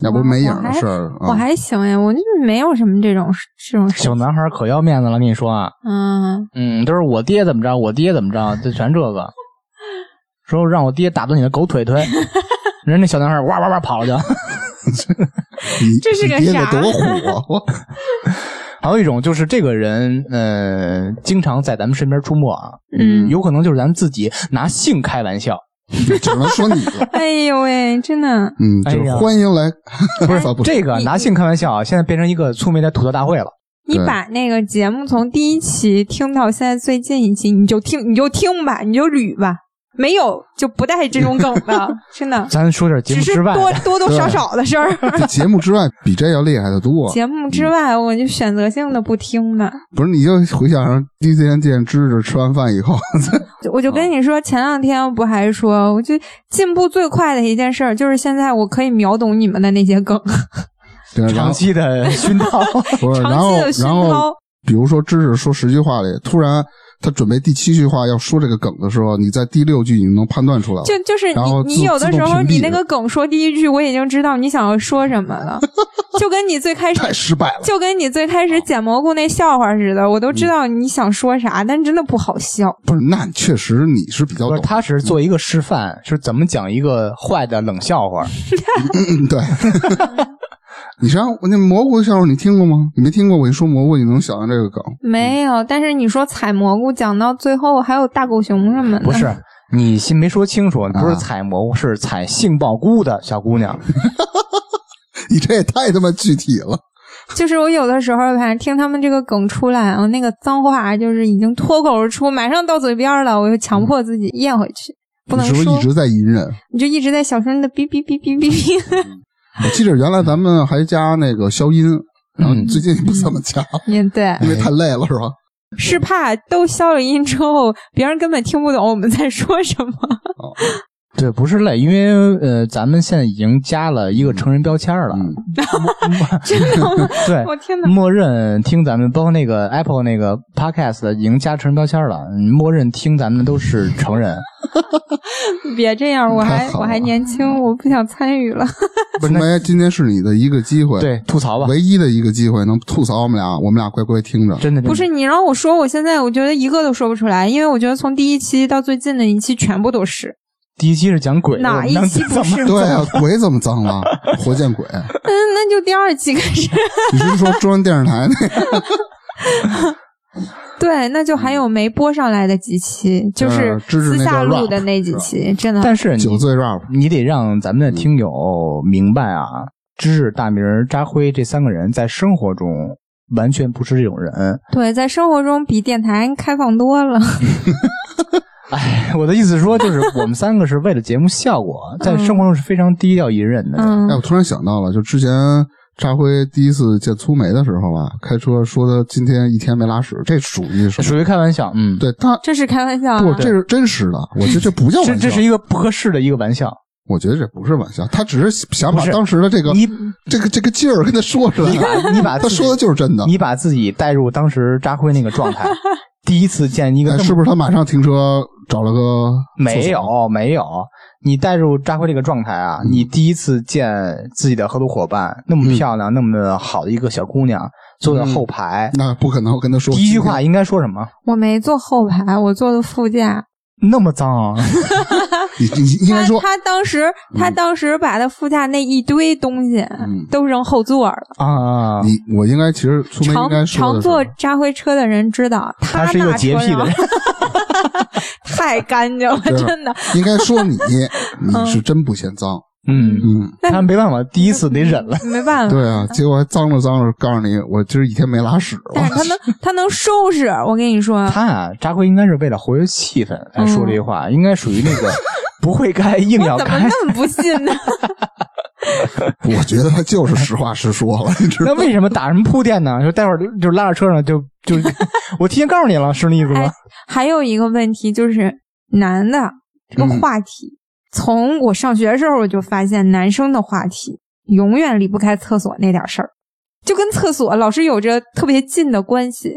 要不没影儿的事儿。啊我还行呀，我就没有什么这种这种事小。男孩可要面子了，跟你说啊，嗯，嗯，都是我爹怎么着，我爹怎么着，就全这个，说让我爹打断你的狗腿 腿，人家小男孩哇哇哇跑了就。你这是个你爹啥多虎 啊！还有一种就是这个人，呃，经常在咱们身边出没啊，嗯有可能就是咱们自己拿性开玩笑，只能说你 了。哎呦喂，真的，嗯，哎就呀是欢迎 来，不操是这个你拿性开玩笑啊，现在变成一个粗眉的吐槽大会了。你对把那个节目从第一期听到现在最近一期，你就听你就听吧，你就捋吧，没有就不带这种梗 的，真的，咱说点节只目是之外多的，多多少少的事儿。这节目之外比这要厉害的多。节目之外，我就选择性的不听吧。不是，你就回想上第一次见见芝芝吃完饭以后， 就我就哦跟你说，前两天不还说，我就进步最快的一件事儿，就是现在我可以秒懂你们的那些梗，对，然长后期的熏陶。 不呃是，然长后期的熏然后陶，比如说芝芝说十句话里，突然他准备第七句话要说这个梗的时候，你在第六句你能判断出来了。就就是啊然后你自你有的时自候动屏蔽你那个梗说第一句，我已经知道你想要说什 么了，就跟你最开始太失败了，就跟你最开始捡蘑菇那笑话似的，我都嗯知道你想说啥，但真的不好笑。不是？那确实你是比较不懂是，，他只是做一个示范，是怎么讲一个坏的冷笑话。嗯， 对。你像我那蘑菇的笑话，你听过吗？你没听过，我一说蘑菇，你能想到这个梗？ 没有，但是你说采蘑菇讲到最后还有大狗熊什么的，不是，你先没说清啊楚，不是采蘑菇，是采杏鲍菇的小姑娘。嗯你这也太他妈具体了。就是我有的时候反正听他们这个梗出来，我那个脏话就是已经脱口而出，马上到嘴边了，我又强迫自己咽回去，不嗯能你是不说，是一直在隐忍？你就一直在小声的哔哔哔哔 哔哔， 我记得原来咱们还加那个消音，然后嗯最近不怎么加，也对，因为太累了，是吧？是怕都消了音之后，别人根本听不懂我们在说什 么。对，不是累，因为呃，咱们现在已经加了一个成人标签了。嗯，真的吗？对，我天哪！默认听咱们，包括那个 Apple 那个 Podcast 已经加成人标签了，嗯默认听咱们的都是成人。别这样，我还嗯太好啊嗯了我还年轻，我不想参与了。不是，梅，今天是你的一个机会，，对，吐槽吧，唯一的一个机会能吐槽我们俩，我们俩乖乖听着。真的真的不是你让我说，我现在我觉得一个都说不出来，因为我觉得从第一期到最近的一期全部都是。第一期是讲鬼的，哪我们一能期不怎么是对啊，鬼怎么脏 了？活见鬼！嗯，那就第二期开始。 你是说中央电视台那个？对，那就还有没播上来的几期，就是呃支持那私个下录 rap，的那几期，真的。但是你酒醉 rap，你得让咱们的嗯听友明白啊，芝芝、大明儿、扎辉这三个人在生活中完全不是这种人。 对，在生活中比电台开放多了。哎，我的意思是说，就是我们三个是为了节目效果，嗯在生活中是非常低调隐忍的。嗯哎，，我突然想到了，就之前扎辉第一次见粗梅的时候吧，开车说他今天一天没拉屎，这属于什么？属于开玩笑，嗯，对他这是开玩笑啊。不，这是真实的，我觉得这不叫这玩笑。这是一个不合适的一个玩笑，我觉得这不是玩笑，他只是想把不是当时的这个你这个这个劲儿跟他说出来你把你把他自 己说的就是真的。你把自己带入当时扎辉那个 状态，第一次见一个哎，这是么不是他马上停车找了个没厕所有没有，你带入扎辉这个状态啊，你第一次见自己的合作伙伴那么漂亮、那么好的一个小姑娘坐在后排，那不可能，我跟他说第一句话应该说什么？我没坐后排，我坐的副驾。那么脏、啊，你你你应该说，他他当时嗯他当时把他副驾那一堆东西嗯都扔后座了。啊，你我应该其实粗梅应该常说常的是坐扎辉车的人知道，他是一个大洁车癖的上人， 太干净了，对真的。应该说 你你是真不嫌脏，嗯，嗯，他没办法，第一次得忍了。没办法。对啊，结果还脏着脏着，告诉你我今儿一天没拉屎但是了，他能，他能收拾。我跟你说，他啊，扎辉应该是为了活跃气氛才说这句话，应该属于那个不会开硬要我怎么开。那么不信呢？ 我觉得他就是实话实说 了，你知道那为什么打什么铺垫呢？就待会儿就就拉着车上就就，我提前告诉你了，是那意思吗？还有一个问题就是，男的这个嗯话题，从我上学的时候我就发现，男生的话题永远离不开厕所那点事儿，就跟厕所老是有着特别近的关系。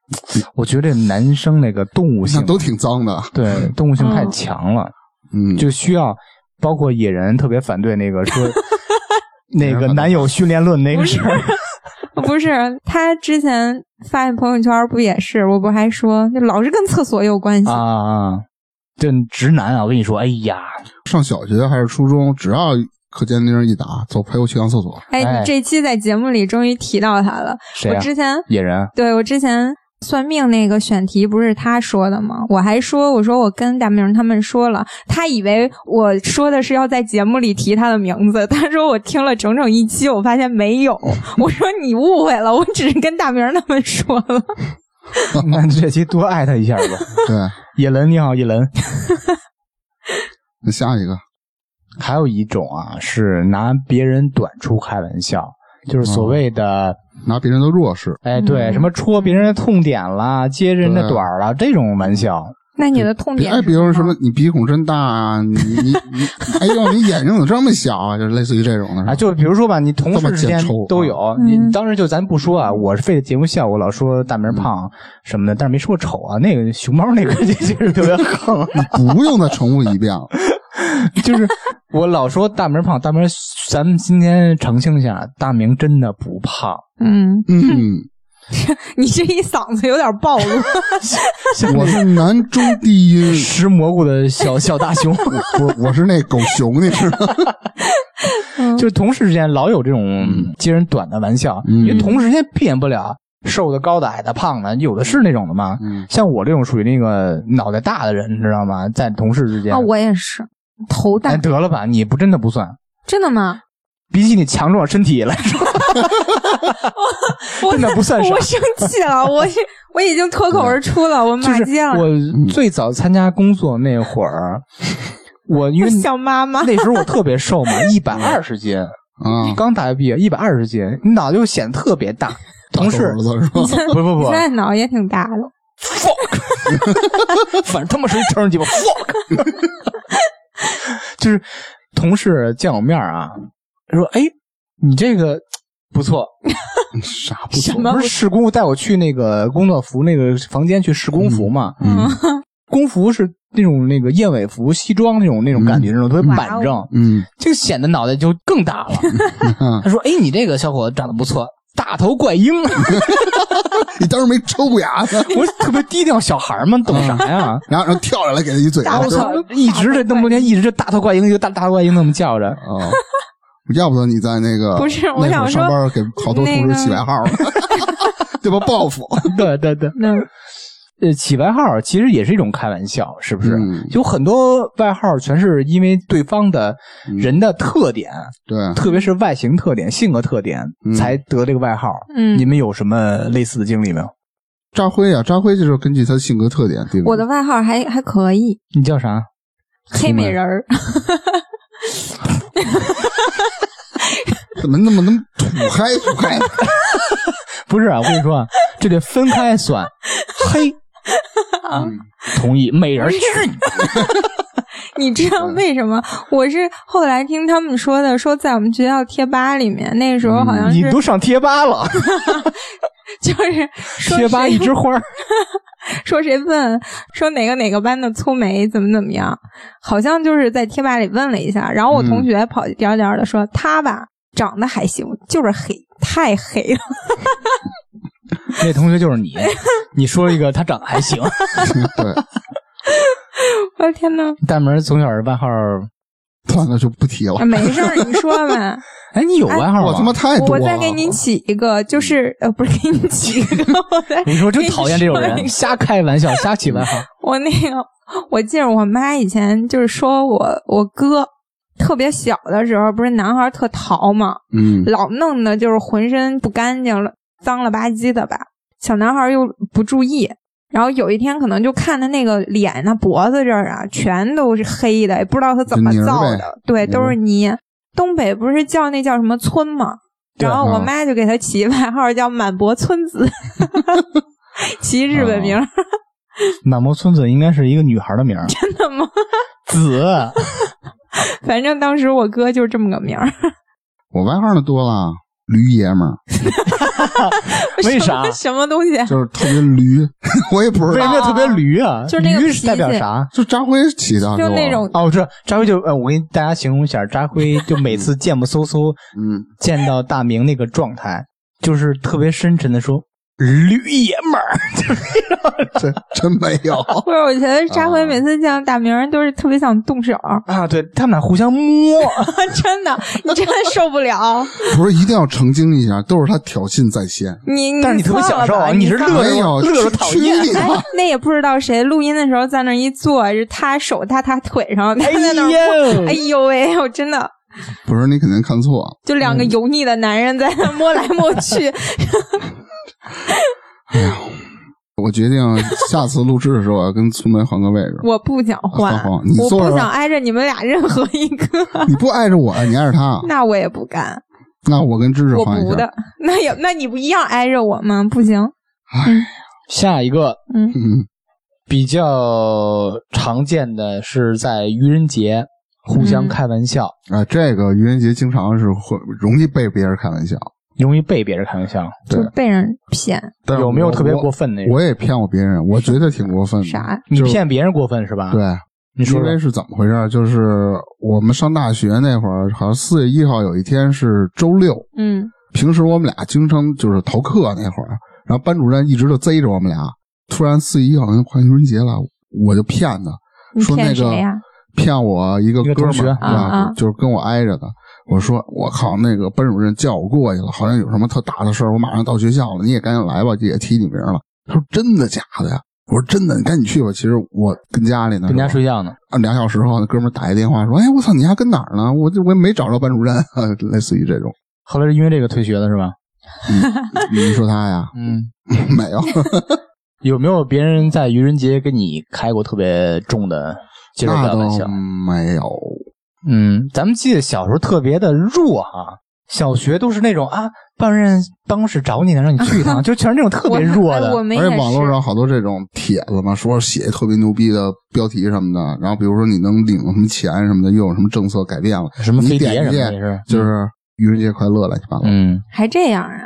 我觉得男生那个动物吗？性都挺脏的， 对哦动物性太强了，嗯，就需要包括野人特别反对那个 说那个男友训练论那个事儿。不是，他之前发现朋友圈不也是，我不还说，就老是跟厕所有关系。啊啊！这直男啊，我跟你说，哎呀，上小学还是初中，只要课间铃一打，走，陪我去趟厕 所。哎，哎你这期在节目里终于提到他了。谁我啊？之前野 人对我之前算命那个选题不是他说的吗？我还说我说我跟大明他们说了，他以为我说的是要在节目里提他的名字，他说我听了整整一期，我发现没 有。我说你误会了，我只是跟大明他们说了。那这期多艾特一下吧。对，野人你好，野人。那下一个，还有一种啊，是拿别人短处开玩笑，就是所谓的，拿别人的弱势，哎，对，嗯什么戳别人的痛点啦，揭人的短儿啦，这种玩笑。那你的痛别点哎，是比如什什么么，你鼻孔真大啊，你你 你，哎呦，你眼睛怎么这么小啊？就是类似于这种的，啊，就比如说吧，你同这么事之见间愁啊都有，你嗯当时就咱不说啊，我是为了节目效果老说大明嗯胖什么的，但是没说丑啊。那个熊猫 那个就实特别横，不用再重复一遍 了。就是我老说大明胖，大明，咱们今天澄清一下，大明真的不胖。嗯，嗯， 你这一嗓子有点 暴露。像我那，是男中低音 吃蘑菇的小小大熊。我我是那狗熊，你知道吗？就是同事之间老有这种揭人短的玩笑，嗯因为同事之间避免不了瘦的、高的、矮的、胖的，有的是那种的嘛。嗯，像我这种属于那个脑袋大的人，你知道吗？在同事之间，啊，我也是，头哎大，得了吧，你不真的不算，真的吗？比起你强壮身体来 说，我真的不算啥我。生气了，我是 我已经脱口而出了，我就骂是街了。我最早参加工作那会儿， 我因为小妈妈，那时候我特别瘦 嘛，一百二十斤，啊，刚大学毕业，一百二十斤，你脑袋就显得特别嗯 大。同事大 手指头是吧？不不你不现，在脑也挺大的。 反正他妈是一成人鸡巴 fuck，就是同事见我面儿啊，说哎，你这个不错，啥不什懂？么不是试工带我去那个工作服那个房间去试工服嘛，嗯工服是那种那个燕尾服西装那种那种感觉，那种特别板正，嗯就显得脑袋就更大了。嗯，他说哎，你这个小伙子长得不错。大头怪婴，啊 你当时没抽不牙呢，我特别低调，小孩儿嘛，懂啥呀？然后然后跳下来给他一嘴巴我。操，一直这那么多年，一直这大头怪婴，就大大头怪婴那么叫着。哦，要不得你在那个不是那我会儿想说上班给好多同那个事起外号了，对吧？报复， 对对对，那呃，起外号其实也是一种开玩笑，是不是？嗯有很多外号全是因为对方的嗯人的特点，对，特别是外形特点、性格特点，嗯才得这个外号。嗯你们有什么类似的经历没有？扎辉啊，扎辉就是根据他性格特点定我的外号还还可以，你叫啥？黑美人儿。 怎么那么能土嗨土嗨？不是啊，我跟你说 啊，这得分开算。嘿，啊，同意，美人儿去你妈你知道为什么？我是后来听他们说的，说在我们学校贴吧里面，那时候好像你啊是都上贴吧了， 就是说贴吧谁一枝花儿，说谁问说哪个哪个班的粗眉怎么怎么样，好像就是在贴吧里问了一下，然后我嗯同学跑去颠颠的说、他吧长得还行，就是黑太黑了， 那同学就是你，你说一个他长得还行。对，我的天呐， 大门从小是外号，算了，就不提了。没事儿，你说 吧，哎，你有外号吗？我他妈太多我了。再给你起一个，就是呃不是给你起一个， 我再你说真讨厌这种给你人，说瞎开玩笑，瞎起外 号。我那个，我记得我妈以前就是说我我哥特别小的时候，不是男孩儿特淘嘛，嗯，老弄的就是浑身不干净了，脏了吧唧的吧。小男孩儿又不注意，然后有一天可能就看他那个脸啊、脖子这儿啊，全都是黑的，也不知道他怎么就泥儿造呗的，对，都是泥。东北不是叫那叫什么村吗？对然后我嗯妈就给他起外号叫满博村子， 起日本名儿，满摩村子应该是一个女孩的 名儿，真的吗？子。反正当时我哥就是这么个名儿，我外号的多了，驴爷们儿，为啥什么什么东西？就是特别驴，我也不为知什道，么特别驴啊？就是那个驴是代表脾气啥？就扎辉起的，就那种哦，我知道，扎辉就呃，我给大家形容一下，扎辉就每次贱不嗖嗖给我，嗯，见到大明那个状态，就是特别深沉的说：“驴爷们儿。真真没有，不是，我觉得扎辉啊每次见到大明儿都是特别想动手，”啊，对他们俩互相摸， 哎真的，你真的受不了。不是一定要澄清一下，都是他挑衅在先， 你但是你特别算享了受吧啊，你你是算乐了没有着乐着去讨去厌。 你的哎，那也不知道谁录音的时候在那儿一坐，是他手搭他腿上，他哎在那儿，呦哎，呦喂，我真的不是你肯定看错了，就嗯两个油腻的男人在那儿摸来摸 去，我决定下次录制的时候，我要跟粗梅换个位置。我不想换换换你，我坐不着想挨着你们俩任何一个， 你不挨着我，你挨着他， 那我也不干，那我跟芝芝我换一不下。的，那也那你不一样挨着我吗？不行，下一个嗯嗯，比较常见的是在愚人节互相嗯开玩笑，啊，这个愚人节经常是会容易被别人开玩笑，容易被别人开玩笑。就被人骗但是有没有我特别过分那种？我也骗过别人，我觉得挺过分的。啥？你就是骗别人过分是吧？，对，啊你说因为说是怎么回事儿？就是我们上大学那会儿，好像四月一号有一天是周六，嗯平时我们俩经常就是逃课那会儿，然后班主任一直就贼着我们俩。突然四月一号好像快愚人节了，我就骗他，你说那骗个谁呀骗我一个一个哥同们学儿啊啊就是跟我挨着的。我说我靠，那个班主任叫我过去了，好像有什么特大的事儿，我马上到学校了，你也赶紧来吧，也提你名了。他说真的假的呀？我说真的，你赶紧去吧。其实我跟家里呢，跟人家是吧睡觉呢，啊，两小时后，那哥们儿打一电话说：“哎，我操，你还跟哪儿呢？我这我也没找着班主任， 类似于这种。后来是因为这个退学的是吧？，你说他呀嗯， 没有，有没有别人在愚人节跟你开过特别重的接受不那了倒玩笑？ 没有。嗯，咱们记得小时候特别的弱哈、小学都是那种啊，班主任办公室找你呢，让你去一 趟，就全是那种特别弱我哎我的。们而也且网络是上好多这种帖子嘛，说写特别牛逼的标题什么的，然后比如说你能领什么钱什么的，又有什么政策改变了， 什么你飞碟点什进么去的，也是就是愚人节快乐乱七八糟。嗯，还这样啊？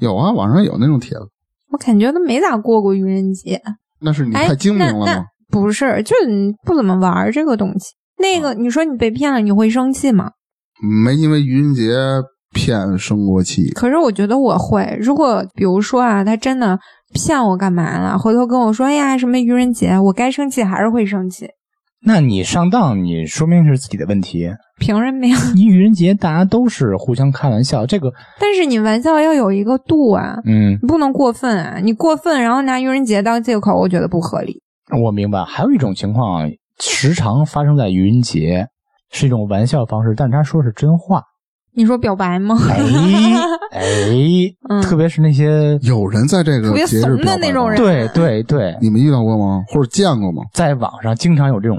有啊，网上有那种帖子，我感觉都没咋过过愚人节。那是你哎太精明了那那吗？不是，就是你不怎么玩儿这个东西。那嗯个，你说你被骗了，你会生气吗？没因为愚人节骗生过气。可是我觉得我会。如果比如说啊，他真的骗我干嘛了？回头跟我说，哎呀，什么愚人节，我该生气还是会生气。那你上当，你说明是自己的问题。凭什么呀？你愚人节大家都是互相开玩笑，这个 但是你玩笑要有一个度啊，嗯，你不能过分啊！你过分，然后拿愚人节当借口，我觉得不合理。我明白。还有一种情况，时常发生在愚人节，是一种玩笑方式，但是他说是真话。你说表白 吗？哎嗯哎，特别是那些有人在这特个别节怂日的表白那种吗人啊对对对，你们遇到过吗？或者见过吗？在网上经常有这种，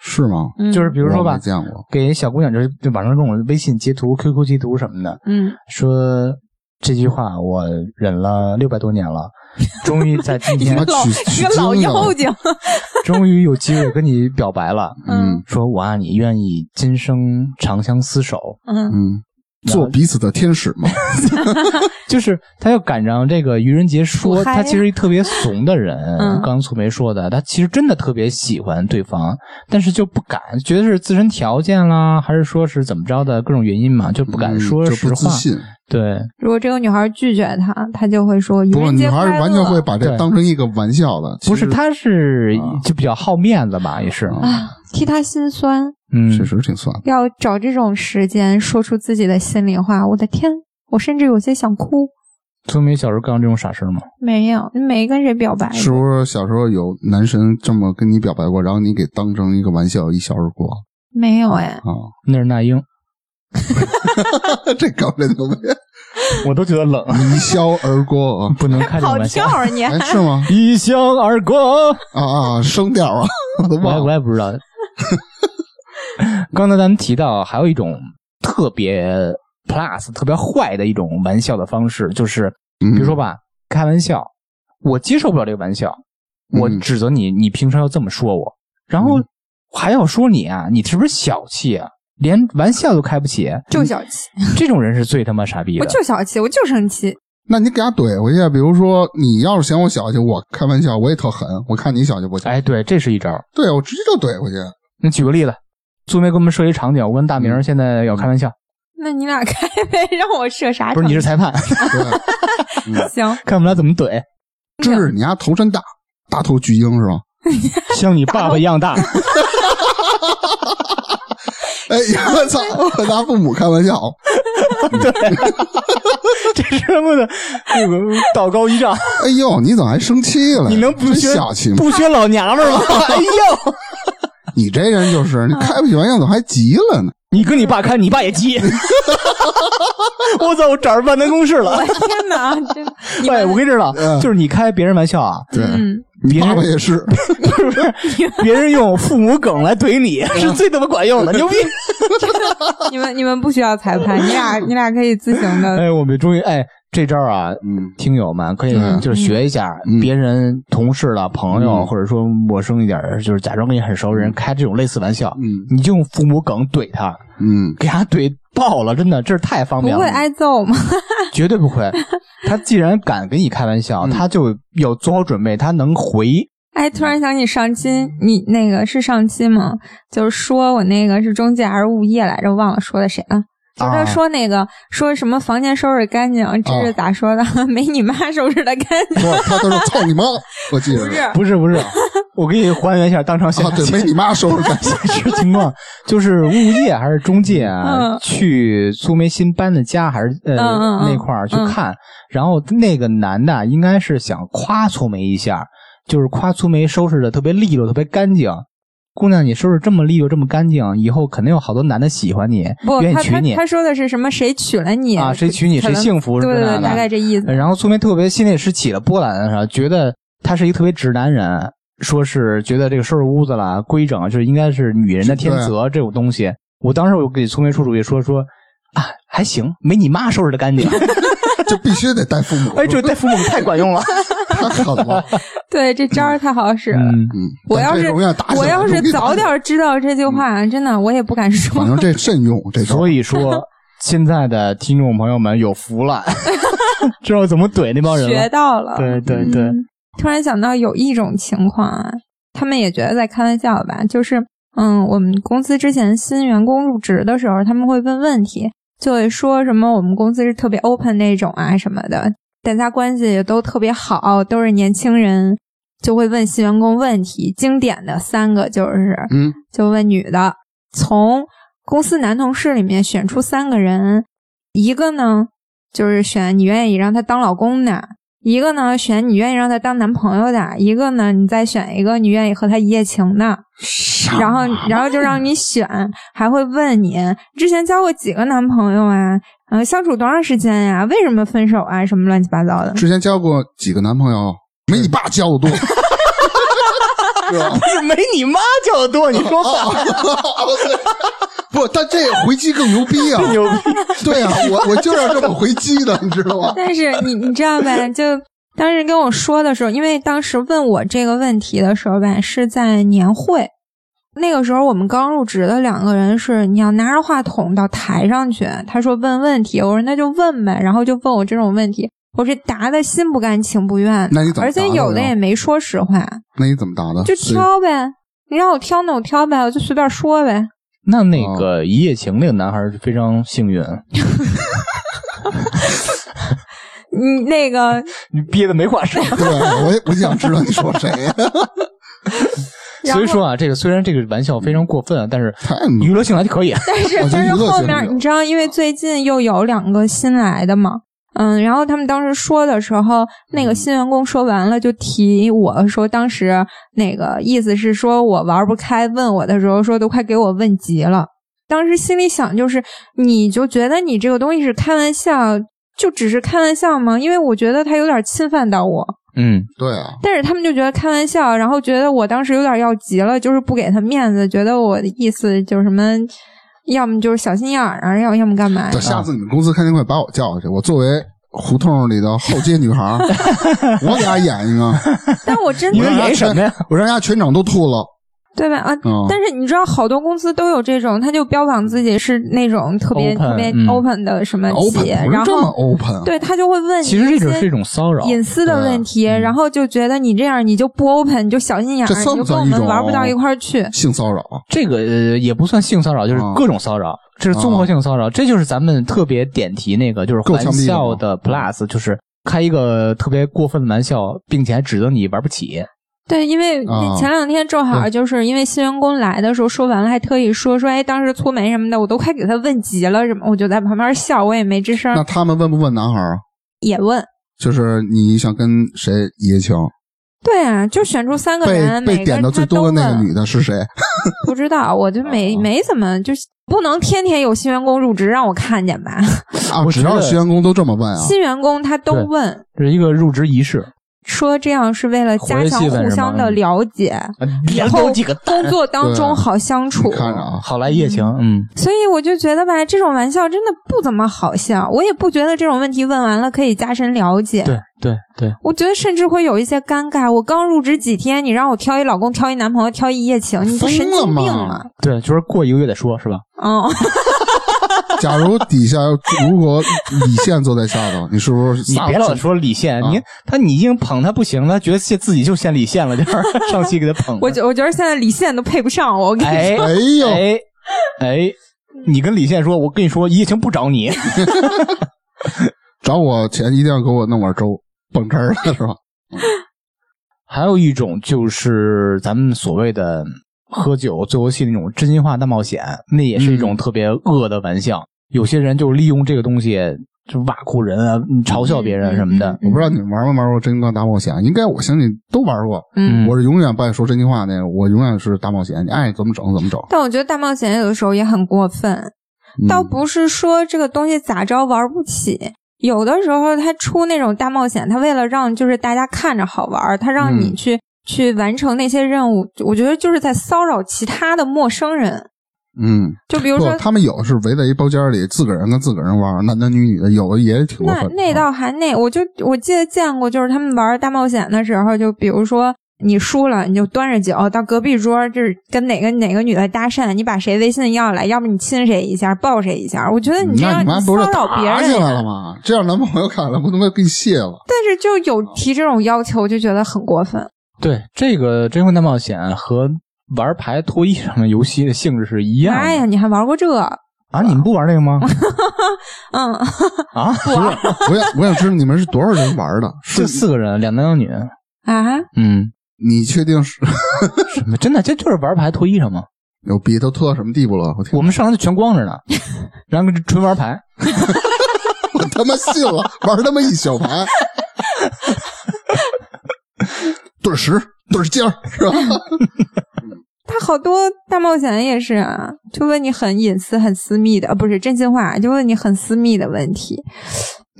是吗？嗯就是比如说我吧没，见过。给小姑娘就是就网上各种微信截图、QQ 截图什么的，嗯，说这句话我忍了六百多年了，终于在今你天 妈老啊取一取个老经的妖精，终于有机会跟你表白了，嗯说我啊爱你，愿意今生长相厮守。嗯嗯，做彼此的天使嘛。就是他要赶上这个愚人节说，我嗨他其实一特别怂的人。嗯刚刚粗梅说的，他其实真的特别喜欢对方，但是就不敢，觉得是自身条件啦，还是说是怎么着的各种原因嘛，就不敢说嗯就实不自话。信。对，如果这个女孩拒绝他，他就会说愚不过人女节孩快乐。完全会把这对当成一个玩笑的，不是，其实他是啊就比较好面子吧，也是，啊，替他心酸。嗯，确实挺酸的。要找这种时间说出自己的心里话，我的天，我甚至有些想哭。粗梅小时候干过这种傻事儿吗？没有，没跟谁表白过，是不是小时候有男神这么跟你表白过，然后你给当成一个玩笑一笑而过 没有哎。啊？那是 那英，这搞这牛逼，我都觉得冷，一笑而过啊？不能开这种跑玩笑调。儿你，哎，是吗？一笑而过，啊啊，声调啊，我都我也忘我了。也不知道。 刚才咱们提到还有一种特别 plus 特别坏的一种玩笑的方式，就是嗯比如说，吧，开玩笑，我接受不了这个玩笑，我嗯指责你，你平常要这么说我，然后嗯还要说你啊，你是不是小气啊？连玩笑都开不起，就小气，这种人是最他妈傻逼我的。就小气，我就生气。那你给他怼回去，比如说你要是嫌我小气，我开玩笑我也特狠，我看你小气不小气，哎，对，这是一招。对我直接就怼回去。你举个例子，苏梅给我们设一场景，我跟大明儿现在要开玩笑，那你俩开呗，让我射啥不是程度？你是裁判，对， 行，看我们俩怎么怼，这是你丫头山大，大头巨鹰是吧？像你爸爸一样大。 哎呀，我 操！我拿父母开玩笑， 这是他妈的那个道高一丈，哎呦，你怎么还生气了？你能不真学小气吗？不学老娘们儿吗？ 哎呦，你这人就是，你啊开不起玩笑怎么还急了呢？你跟你爸开，你爸 也急。我操，我找着办办公室了我。 天哪，真的，你喂，们我跟你知道，嗯就是你开别人玩笑 啊，对，嗯，你爸爸也是，是不是？别人用父母梗来怼你，嗯是最他妈管用的，牛逼！你们你们不需要裁判，你俩你俩可以自行的。哎，我们终于哎，这招啊，嗯，听友们可以嗯就是学一下嗯别人同事了、朋友，嗯或者说陌生一点儿，就是假装跟你很熟的人开这种类似玩笑，嗯你就用父母梗怼他，嗯，给他怼爆了，真的，这是太方不便了，会哎挨揍吗？ 绝对不会。他既然敢跟你开玩笑，嗯他就要做好准备，他能回。哎，突然想起上期，嗯你那个是上期吗？就是说我那个是中介还是物业来着，忘了说的谁了。就啊他说那个、说什么房间收拾干净，这哦是咋说的？ 没你妈收拾的干 净。不，他都是操你妈，我记不着是是，不是 不是，我给你还原一下当场现啊，对，没你妈收拾 干净，现实情况，就是物业还是中介啊，嗯去苏梅新搬的家还是呃、嗯嗯嗯那块儿去看，然后那个男的应该是想夸苏梅一下，就是夸苏梅收拾的特别利落，特别干净。姑娘，你收拾这么利落，这么干净，以后肯定有好多男的喜欢你，不，愿意他娶他你他说的是什么？谁娶了你啊，谁娶你可谁能幸福是对不对是嗯对，大概这意思。然后苏梅特别心里是起了波澜，啊是吧？觉得他是一个特别直男人，说是觉得这个收拾屋子啦、规整，啊就是应该是女人的天责这种东西。我当时我给苏梅出主意说说啊，还行，没你妈收拾的干净。就必须得带父母， 哎，这带父母太管用了。太狠了，对，这招儿太好使了。 嗯，嗯，我要但是这容易打起来我要容易是打早起来点儿知道这句话，真的我也不敢说反。正这慎用这招，所以 说现在的听众朋友们有福 了，知道怎么怼那帮人学了。到了。对对对，嗯突然想到有一种情况啊，他们也觉得在开玩笑吧，就是嗯，我们公司之前新员工入职的时候，他们会问问题，就会说什么我们公司是特别 open 那种啊什么的，大家关系也都特别好，都是年轻人，就会问新员工问题。经典的三个就是嗯，就问女的，从公司男同事里面选出三个人，一个呢就是选你愿意让他当老公的，一个呢选你愿意让他当男朋友的，一个呢你再选一个你愿意和他一夜情的，然后然后就让你选，还会问你之前交过几个男朋友啊，呃相处多长时间呀、为什么分手啊，什么乱七八糟的。之前交过几个男朋友，嗯没你爸交的多，是吧？ 是 没你妈叫的多，你 说哦，话对不，但这回击更牛逼 啊！牛逼。 对啊，我我就要这么回击的，你知道吗？但是你你知道呗，就当时跟我说的时候，因为当时问我这个问题的时候吧，是在年会，那个时候我们刚入职的两个人是，你要拿着话筒到台上去，他说问问题，我说那就问呗，然后就问我这种问题，我是答的心不甘情不愿的，那你怎么而且答的有的呢啊也没说实话，那你怎么答的？就是挑呗，你让我挑那我挑呗，我就随便说呗。那那个一夜情那个男孩儿就非常幸运，嗯，那个你憋的没话说。对，啊我也我就想知道你说谁，然所以后说啊，这个虽然这个玩笑非常过分啊，但是太恶娱乐性来就可 以。但是我觉但得是娱乐后性没有面你知道，因为最近又有两个新来的嘛，嗯，然后他们当时说的时候，那嗯个新员工说完了就提我说，当时那个意思是说我玩不开，问我的时候说都快给我问急了。当时心里想就是，你就觉得你这个东西是开玩笑，就只是开玩笑吗？因为我觉得他有点侵犯到我。嗯，对啊，但是他们就觉得开玩笑，然后觉得我当时有点要急了，就是不给他面子，觉得我的意思就是什么，要么就是小心眼儿啊，要要么干嘛对，下次你们公司开年会把我叫过去，我作为胡同里的后街女孩儿，我给她演 一个，但我真你的们演什么呀？我让人家全场都吐了。对吧？啊，嗯，但是你知道，好多公司都有这种，他就标榜自己是那种特别 Open，特别嗯 open 的什么企 open 业，不然是这么后 open，，啊对他就会问你其实这种些是一种骚扰。隐私的问题，然后就觉得你这样你就不 open，你就小心眼嗯儿，这算你不就算跟我一们种哦玩不到一块儿去。性骚扰，这个呃也不算性骚扰，就是啊各种骚扰，这是综合性骚扰。这就是咱们特别点题那个，就是够玩枪毙的笑吗的 plus，就是开一个特别过分的玩笑，并且还指责你玩不起。对，因为啊前两天正好就是因为新员工来的时候说完了，还特意说说，哎，当时粗眉什么的，我都快给他问急了，什么，我就在旁边笑，我也没吱声那，他们问不问男孩儿啊？也问。就是你想跟谁一夜情，对啊，就选出三个被人，每被个点的他最多的都那个问女的是谁？不知道，我就没、啊没怎么，就是不能天天有新员工入职让我看见吧。啊，我只觉要得是新员工都这么问啊。新员工他都对问，这是一个入职仪式，说这样是为了活加跃强气氛互是吗相的了解，啊以人后有几个蛋工作当对中好相处。你看着啊，好来一夜情，嗯，所以我就觉得吧，这种玩笑真的不怎么好笑。我也不觉得这种问题问完了可以加深了解。对对对，我觉得甚至会有一些尴尬。我刚入职几天，你让我挑一老公、挑一男朋友、挑一夜情，你不神疯了经吗病吗？对，就是过一个月再说，是吧？嗯，假如底下如果李现坐在下 头，你是不是你撒别老说李现，啊你看他你已经捧他不行了，觉得现自己就现李现了，就是 上期给他捧的。我觉我觉得现在李现都配不上我。我跟你哎哎呦，哎哎，你跟李现说，我跟你说，一夜情不找你。 找我前一定要给我弄碗粥，蹦汁儿了是吧？还有一种就是咱们所谓的喝酒做游戏那种真心话大冒险，那也是一嗯种特别恶的玩笑。有些人就利用这个东西就挖苦人啊，嘲笑嗯别人什么的。我不知道你们玩没玩过《真金话大冒险》，啊应该我相信都玩过。嗯嗯我是永远不爱说真心话那个，我永远是大冒险，你爱怎么整怎么整。但我觉得大冒险有的时候也很过分，嗯倒不是说这个东西咋着玩不起。有的时候他出那种大冒险，他为了让就是大家看着好玩，他让你嗯去、去完成那些任务，我觉得就是在骚扰其他的陌生人。嗯，就比如不说，，他们有是围在一包间里，自个儿人跟自个儿人玩，男男女女的，有的也挺过那分的。那倒还那，我就我记得见过，就是他们玩大冒险的时候，就比如说你输了，你就端着酒到隔壁桌，这是跟哪个哪个女的搭讪，你把谁微信要来，要么你亲谁一下，抱谁一下。我觉得你这嗯那样你妈不是骚扰别打起人来了呀，吗？这样男朋友看了，不能给你卸了。但是就有提这哦种要求，就觉得很过分。对这个真心话大冒险和玩牌脱衣裳的游戏的性质是一样哎妈呀，的你还玩过这？啊！你们不玩这个 吗？嗯，啊，我想，我想知道你们是多少人玩的？是就四个人，两男两女。啊，嗯，你确定是 什么？真的，这就是玩牌脱衣裳吗？有逼都脱到什么地步了？我天，我们上来就全光着 呢，然后纯玩牌。我他妈信了，玩他妈一小 盘，对儿十对儿尖儿是吧？ 他好多大冒险也是啊，就问你很隐私、很私密的，呃不是真心话，就问你很私密的问题。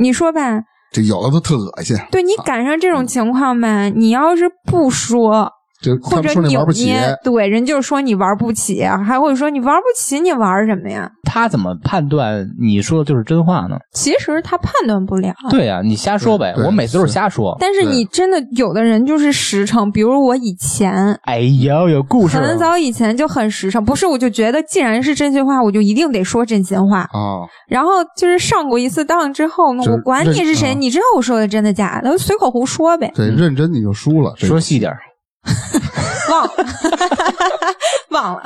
你说吧，这有的都特恶心。嗯对你赶上这种情况吧，你要是不说，就他或们者说你扭玩不起，捏，对，人就说你玩不起，还会说你玩不起，你玩什么呀？他怎么判断你说的就是真话呢？其实他判断不了。对呀、你瞎说呗，对对我每次都是瞎说。但是对你真的有的人就是实诚，比如我以前哎呦，有故事，很早以前就很实诚，不是我就觉得既然是真心话，我就一定得说真心话。啊，然后就是上过一次当之后呢，就是我管你是谁，认，你知道我说的真的假的，随口胡说呗对，认真你就输了。这个说细点儿忘了， 忘了。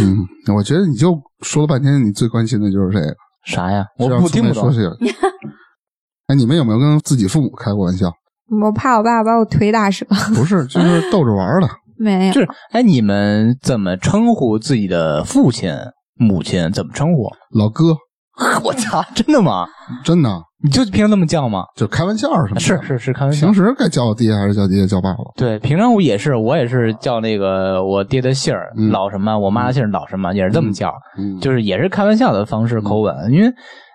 嗯，我觉得你就说了半天，你最关心的就是这个。啥呀？我这样不听不从懂没。说起。 哎，你们有没有跟自己父母开过玩笑？我怕我爸把我腿打折，不是，就是逗着玩儿的。 没有就。是哎，你们怎么称呼自己的父亲、母亲？怎么称呼？老哥，我操，真的吗？真的啊你就平常这么叫吗？就开玩笑什么的。是，是是，开玩笑平。时该叫我爹还是叫爹叫爸爸？对，平常我也是，我也是叫那个我爹的姓儿嗯老什么，我妈的姓儿老什么，也是这么叫，嗯，就是也是开玩笑的方式口吻，因为。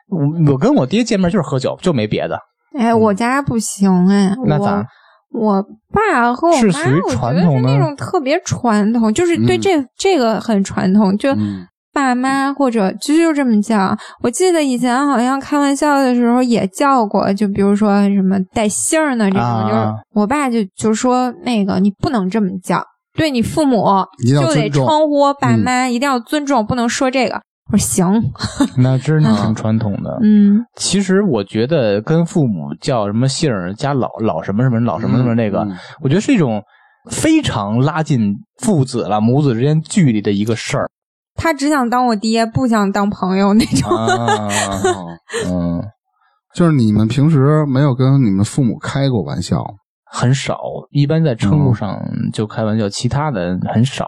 我我跟我爹见面就是喝酒，就没别的。哎，我家不行哎，嗯那我咋？我爸和我妈，是属于传统我的觉得是那种特别传统，就是对嗯这、这个很传统，就嗯爸妈或者就就这么叫。我记得以前好像开玩笑的时候也叫过，就比如说什么带姓儿呢这种，啊就是我爸就就说那个你不能这么叫，对你父母一定要就得尊重称呼爸嗯妈，一定要尊重，不能说这个。我说行， 那真是挺传统的。嗯，其实我觉得跟父母叫什么姓儿加老老什么什么老什么什么那个， 嗯我觉得是一种非常拉近父子了母子之间距离的一个事 儿。他只想当我爹，不想当朋友那种。啊，哦嗯，就是你们平时没有跟你们父母开过玩笑很少，一般在称呼上就开玩笑，其他的很少。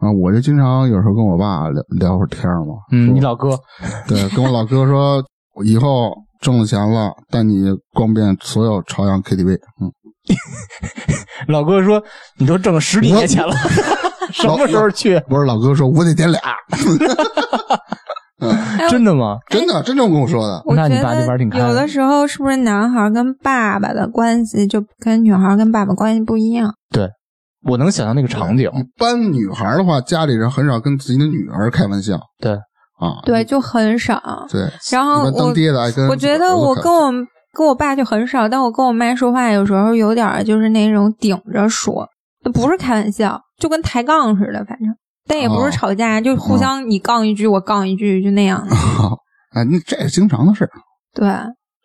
啊？我就经常有时候跟我爸聊聊会儿天儿嘛。嗯，说你老哥，对，跟我老哥说，我以后挣了钱了，带你逛遍所有朝阳 KTV。嗯，老哥说，你都挣十几年前了， 什么时候去？不是老哥说，我得点俩，哎真的吗？真的，真这么跟我说的。我那觉你得爸就玩挺开有的的时候是不是男孩跟爸爸的关系就跟女孩跟爸爸关系不一样？我能想象那个场景。一般女孩的话，家里人很少跟自己的女儿开玩笑对，啊。嗯对，就很少。对，然一后般我当爹的爱跟我觉得我儿子开跟我跟我爸就很少，但我跟我妈说话有时候有点儿就是那种顶着说，不是开玩笑，就跟抬杠似的，反正。但也不哦是吵架，嗯就互相你杠一句，我杠一句，就那样 的。哎，那这是经常的事儿，对，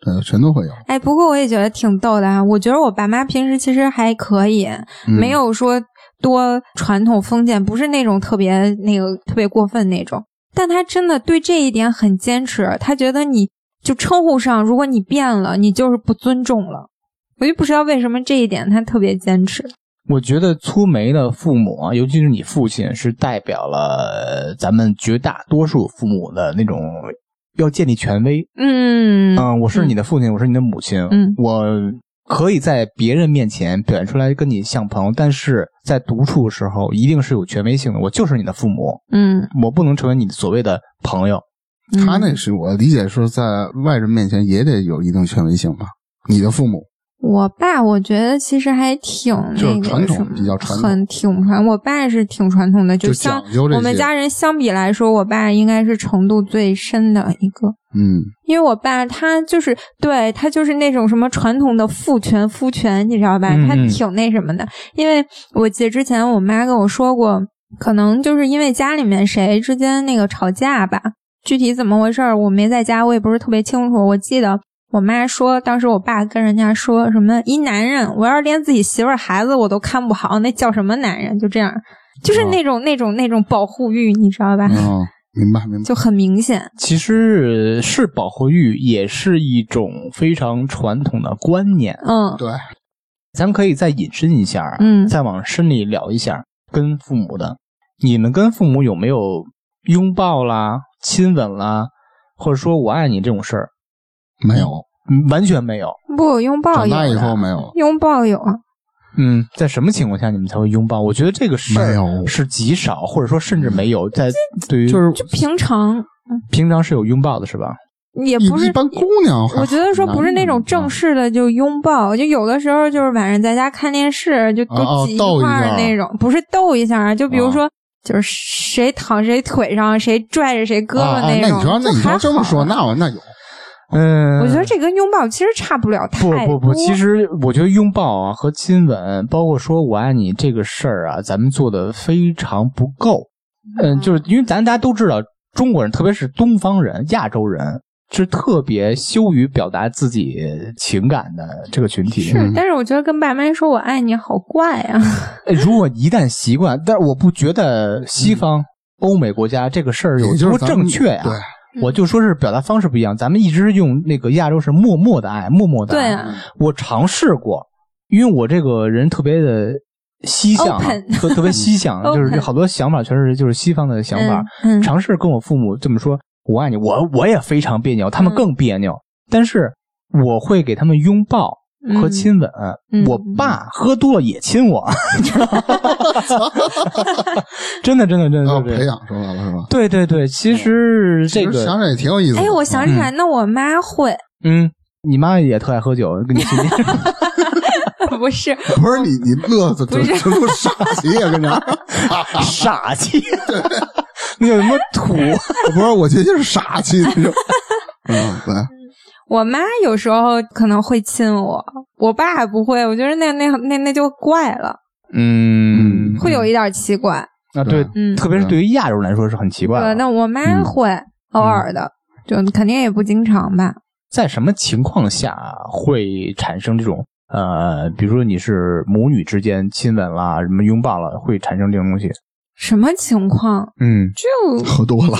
对，全都会有。哎，不过我也觉得挺逗的啊。我觉得我爸妈平时其实还可以，嗯没有说多传统封建，不是那种特别那个特别过分那种。但他真的对这一点很坚持，他觉得你就称呼上，如果你变了，你就是不尊重了。我就不知道为什么这一点他特别坚持。我觉得粗眉的父母啊，尤其是你父亲，是代表了咱们绝大多数父母的那种要建立权威。嗯啊嗯，我是你的父亲，我是你的母亲，嗯我可以在别人面前表现出来跟你像朋友，但是在独处的时候一定是有权威性的。我就是你的父母，嗯，我不能成为你所谓的朋友。嗯他那是我理解说，在外人面前也得有一定权威性吧。你的父母我爸，我觉得其实还挺就是那传个统什么，比较传统很挺传。我爸是挺传统的，就像讲究这些我们家人相比来说，我爸应该是程度最深的一个。嗯，因为我爸他就是对他就是那种什么传统的父权夫权，你知道吧？嗯他嗯挺那什么的。因为我记得之前我妈跟我说过，可能就是因为家里面谁之间那个吵架吧，具体怎么回事儿我没在家，我也不是特别清楚。我记得我妈说，当时我爸跟人家说什么一男人，我要是连自己媳妇儿孩子我都看不好，那叫什么男人？就这样，就是哦那种、那种那种保护欲，你知道吧？哦，明白明白。就很明显。其实呃是保护欲，也是一种非常传统的观念。嗯，对，咱可以再引申一下，嗯再往深里聊一下跟父母的。你们跟父母有没有拥抱啦、亲吻啦，或者说我爱你这种事儿？没有，嗯完全没有。不拥抱长有大以的后没有了。拥抱有啊，嗯，在什么情况下你们才会拥抱？我觉得这个事没儿有是极少，或者说甚至没有在对于就是就平常平常是有拥抱的，是吧？也不一是一般姑娘还好，我觉得说不是那种正式的就拥抱，就有的时候就是晚上在家看电视就啊啊都挤斗一块下儿那种，不是逗一下啊，就比啊如说。就是谁躺谁腿上，谁拽着谁胳啊啊膊那种，你要就那你还要这么好说，那我那有嗯，我觉得这跟拥抱其实差不了太不多。不不，其实我觉得拥抱啊和亲吻，包括说我爱你这个事儿啊，咱们做的非常不够。嗯，就是因为咱大家都知道，中国人特别是东方人、亚洲人是特别羞于表达自己情感的这个群体。嗯嗯是，但是我觉得跟爸妈说我爱你好怪啊。哎如果一旦习惯，但是我不觉得西方、欧美国家这个事儿有也就是多咱正们确呀、对，我就说是表达方式不一样，咱们一直用那个亚洲是默默的爱，默默的对爱。啊，我尝试过，因为我这个人特别的西向、啊 Open，特特别西 向， Open 就是好多想法全是就是西方的想法。嗯，嗯尝试跟我父母这么说，我爱你，我我也非常别扭，他们嗯更别扭，但是我会给他们拥抱。和亲吻，嗯我爸喝多了也亲 我，真的真的真的要真的哦培养出来了是吧？对对对，其实这其实个想想也挺有意思的。哎，我想起嗯来，那我妈会 嗯，你妈也特爱喝酒，跟你亲近。不是？不是你，你乐的就 不是就都傻气呀， 跟这儿。傻气， 那叫什么土？不是，我觉得就是傻气那种。嗯，对，我妈有时候可能会亲我，我爸不会。我觉得那那那那就怪了，嗯会有一点奇怪。啊，对，嗯特别是对于亚洲人来说是很奇怪对，的。那我妈嗯会偶尔的，就肯定也不经常吧。在什么情况下会产生这种呃，比如说你是母女之间亲吻啦，什么拥抱了，会产生这种东西？什么情况？嗯，就喝多了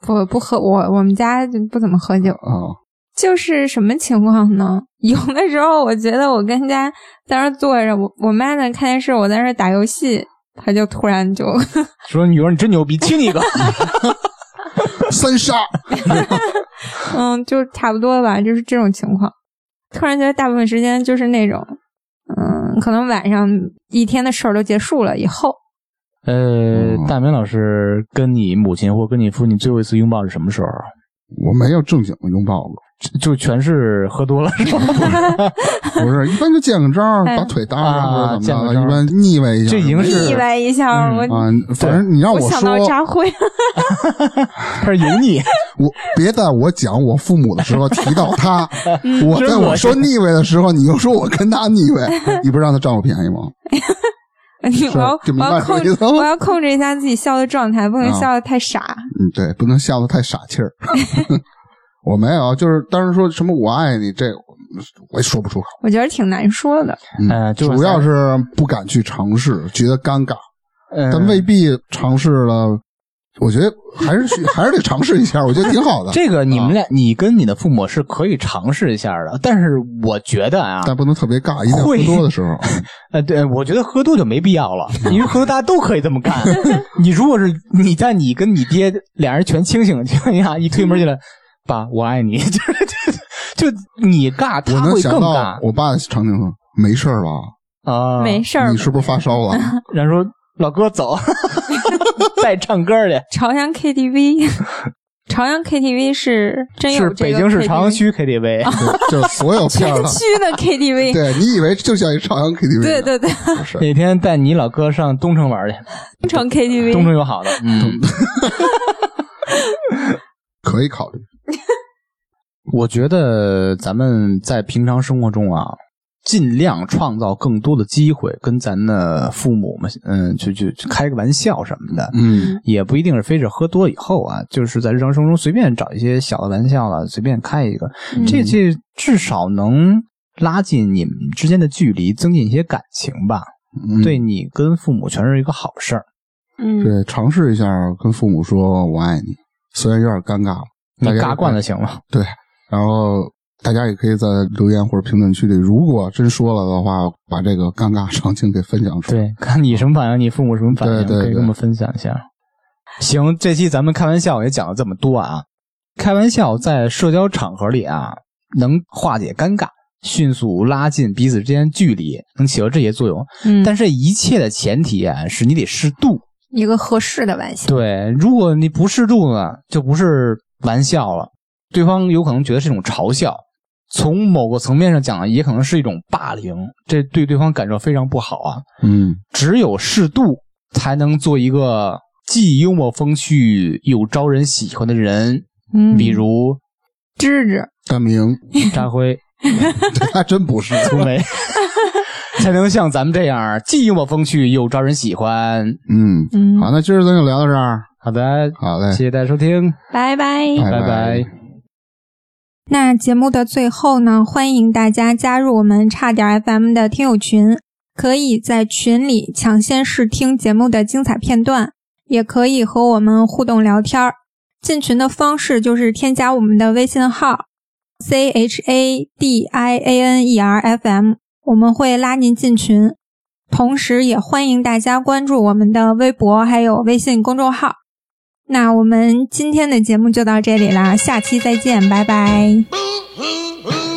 不不喝我我们家就不怎么喝酒，啊，哦就是什么情况呢？ 有的时候我觉得我跟家在那儿坐着，我我妈在那看电视，我在那儿打游戏，她就突然就说女儿你真牛逼，亲你 一个。三杀。嗯，就差不多吧，就是这种情况。突然觉得大部分时间就是那种，嗯，可能晚上一天的事儿都结束了以后，呃，大明老师跟你母亲或跟你父亲最后一次拥抱是什么时候？我没有正经拥抱过，就全是喝多了是吧？ 不是，一般就见个招儿，哎把腿搭啊上或者怎么见个招着，儿一般腻歪一下。这已经是腻歪一下，嗯我、啊，反正你让我想说到，扎辉， 开始油腻。我别在我讲我父母的时候提到 他，嗯我真在我恶说心腻歪的时候，你又说我跟他腻 歪，你不是让他占我便宜吗？我要就明我白要这控意制思了我要控制一下自己笑的状态，不能啊笑的太傻。嗯，对，不能笑得太傻气 儿。 我没有，就是当时说什么“我爱你”，这我也说不出口。我觉得挺难说的。嗯，就是主要是不敢去尝试，觉得尴尬，嗯但未必尝试了。我觉得还是去，还是得尝试一下，我觉得挺好的，这个你们俩，你跟你的父母是可以尝试一下的，但是我觉得啊，但不能特别尬，一定要喝会多的时 候。呃，对，我觉得喝多就没 必要了，因为喝多大家都可以这么干。你如果是你在你跟你爹俩人全清醒的情况下，一推门进来，哎爸，我 爱你，就是就就你尬，我他能会想更到尬我爸场景说：“没事儿吧？啊。没事儿你，是不是发烧了 然后说老哥走， 带唱歌 去。朝阳 KTV，朝阳 KTV 是真有是这北个京市朝阳 KTV 区 KTV，、？”对就是所有片全儿的，区的 KTV。对你以为就像一朝阳 KTV，对对对， 对，不是哪天带你老哥上东城玩去，东 城东 KTV 城有好的。嗯，可以考虑。我觉得咱们在平常生活中啊，尽量创造更多的机会跟咱的父母们，嗯，去去去开个玩笑什么的，嗯也不一定是非是喝多以后啊，就是在日常生活中随便找一些小的玩笑了，随便开一个，嗯这这至少能拉近你们之间的距离，增进一些感情吧。嗯，对你跟父母全是一个好事儿。嗯，对，尝试一下跟父母说“我爱你”，虽然有点尴尬，你大家嘎惯了行吗？对，然后大家也可以在留言或者评论区里，如果真说了的话，把这个尴尬场景给分享出来。对，看你什么反应，你父母什么反应，对对可以对跟我们分享一下。行，这期咱们开玩笑也讲了这么多啊，开玩笑在社交场合里啊，能化解尴尬，迅速拉近彼此之间距离，能起到这些作用。嗯但是一切的前提啊，是你得适度。一个合适的玩笑。对，如果你不适度呢，就不是玩笑了，对方有可能觉得是一种嘲笑。从某个层面上讲，也可能是一种霸凌，这对对方感受非常不好啊。嗯，只有适度才能做一个既幽默风趣又招人喜欢的人，嗯，比如智智，大明， 扎辉、这还真不是。苏 梅，才能像咱们这样既幽默风趣又招人喜欢。 嗯，嗯，好，那今儿咱就聊到这儿。好的，好嘞，谢谢大家收听，拜拜。嗯拜拜拜那节目的最后呢，欢迎大家加入我们差点 FM 的听友群，可以在群里抢先试听节目的精彩片段，也可以和我们互动聊天儿。进群的方式就是添加我们的微信号 c h a d i a n e r f m，我们会拉您进群。同时，也欢迎大家关注我们的微博还有微信公众号。那我们今天的节目就到这里啦，下期再见，拜拜。 Boo hoo hoo.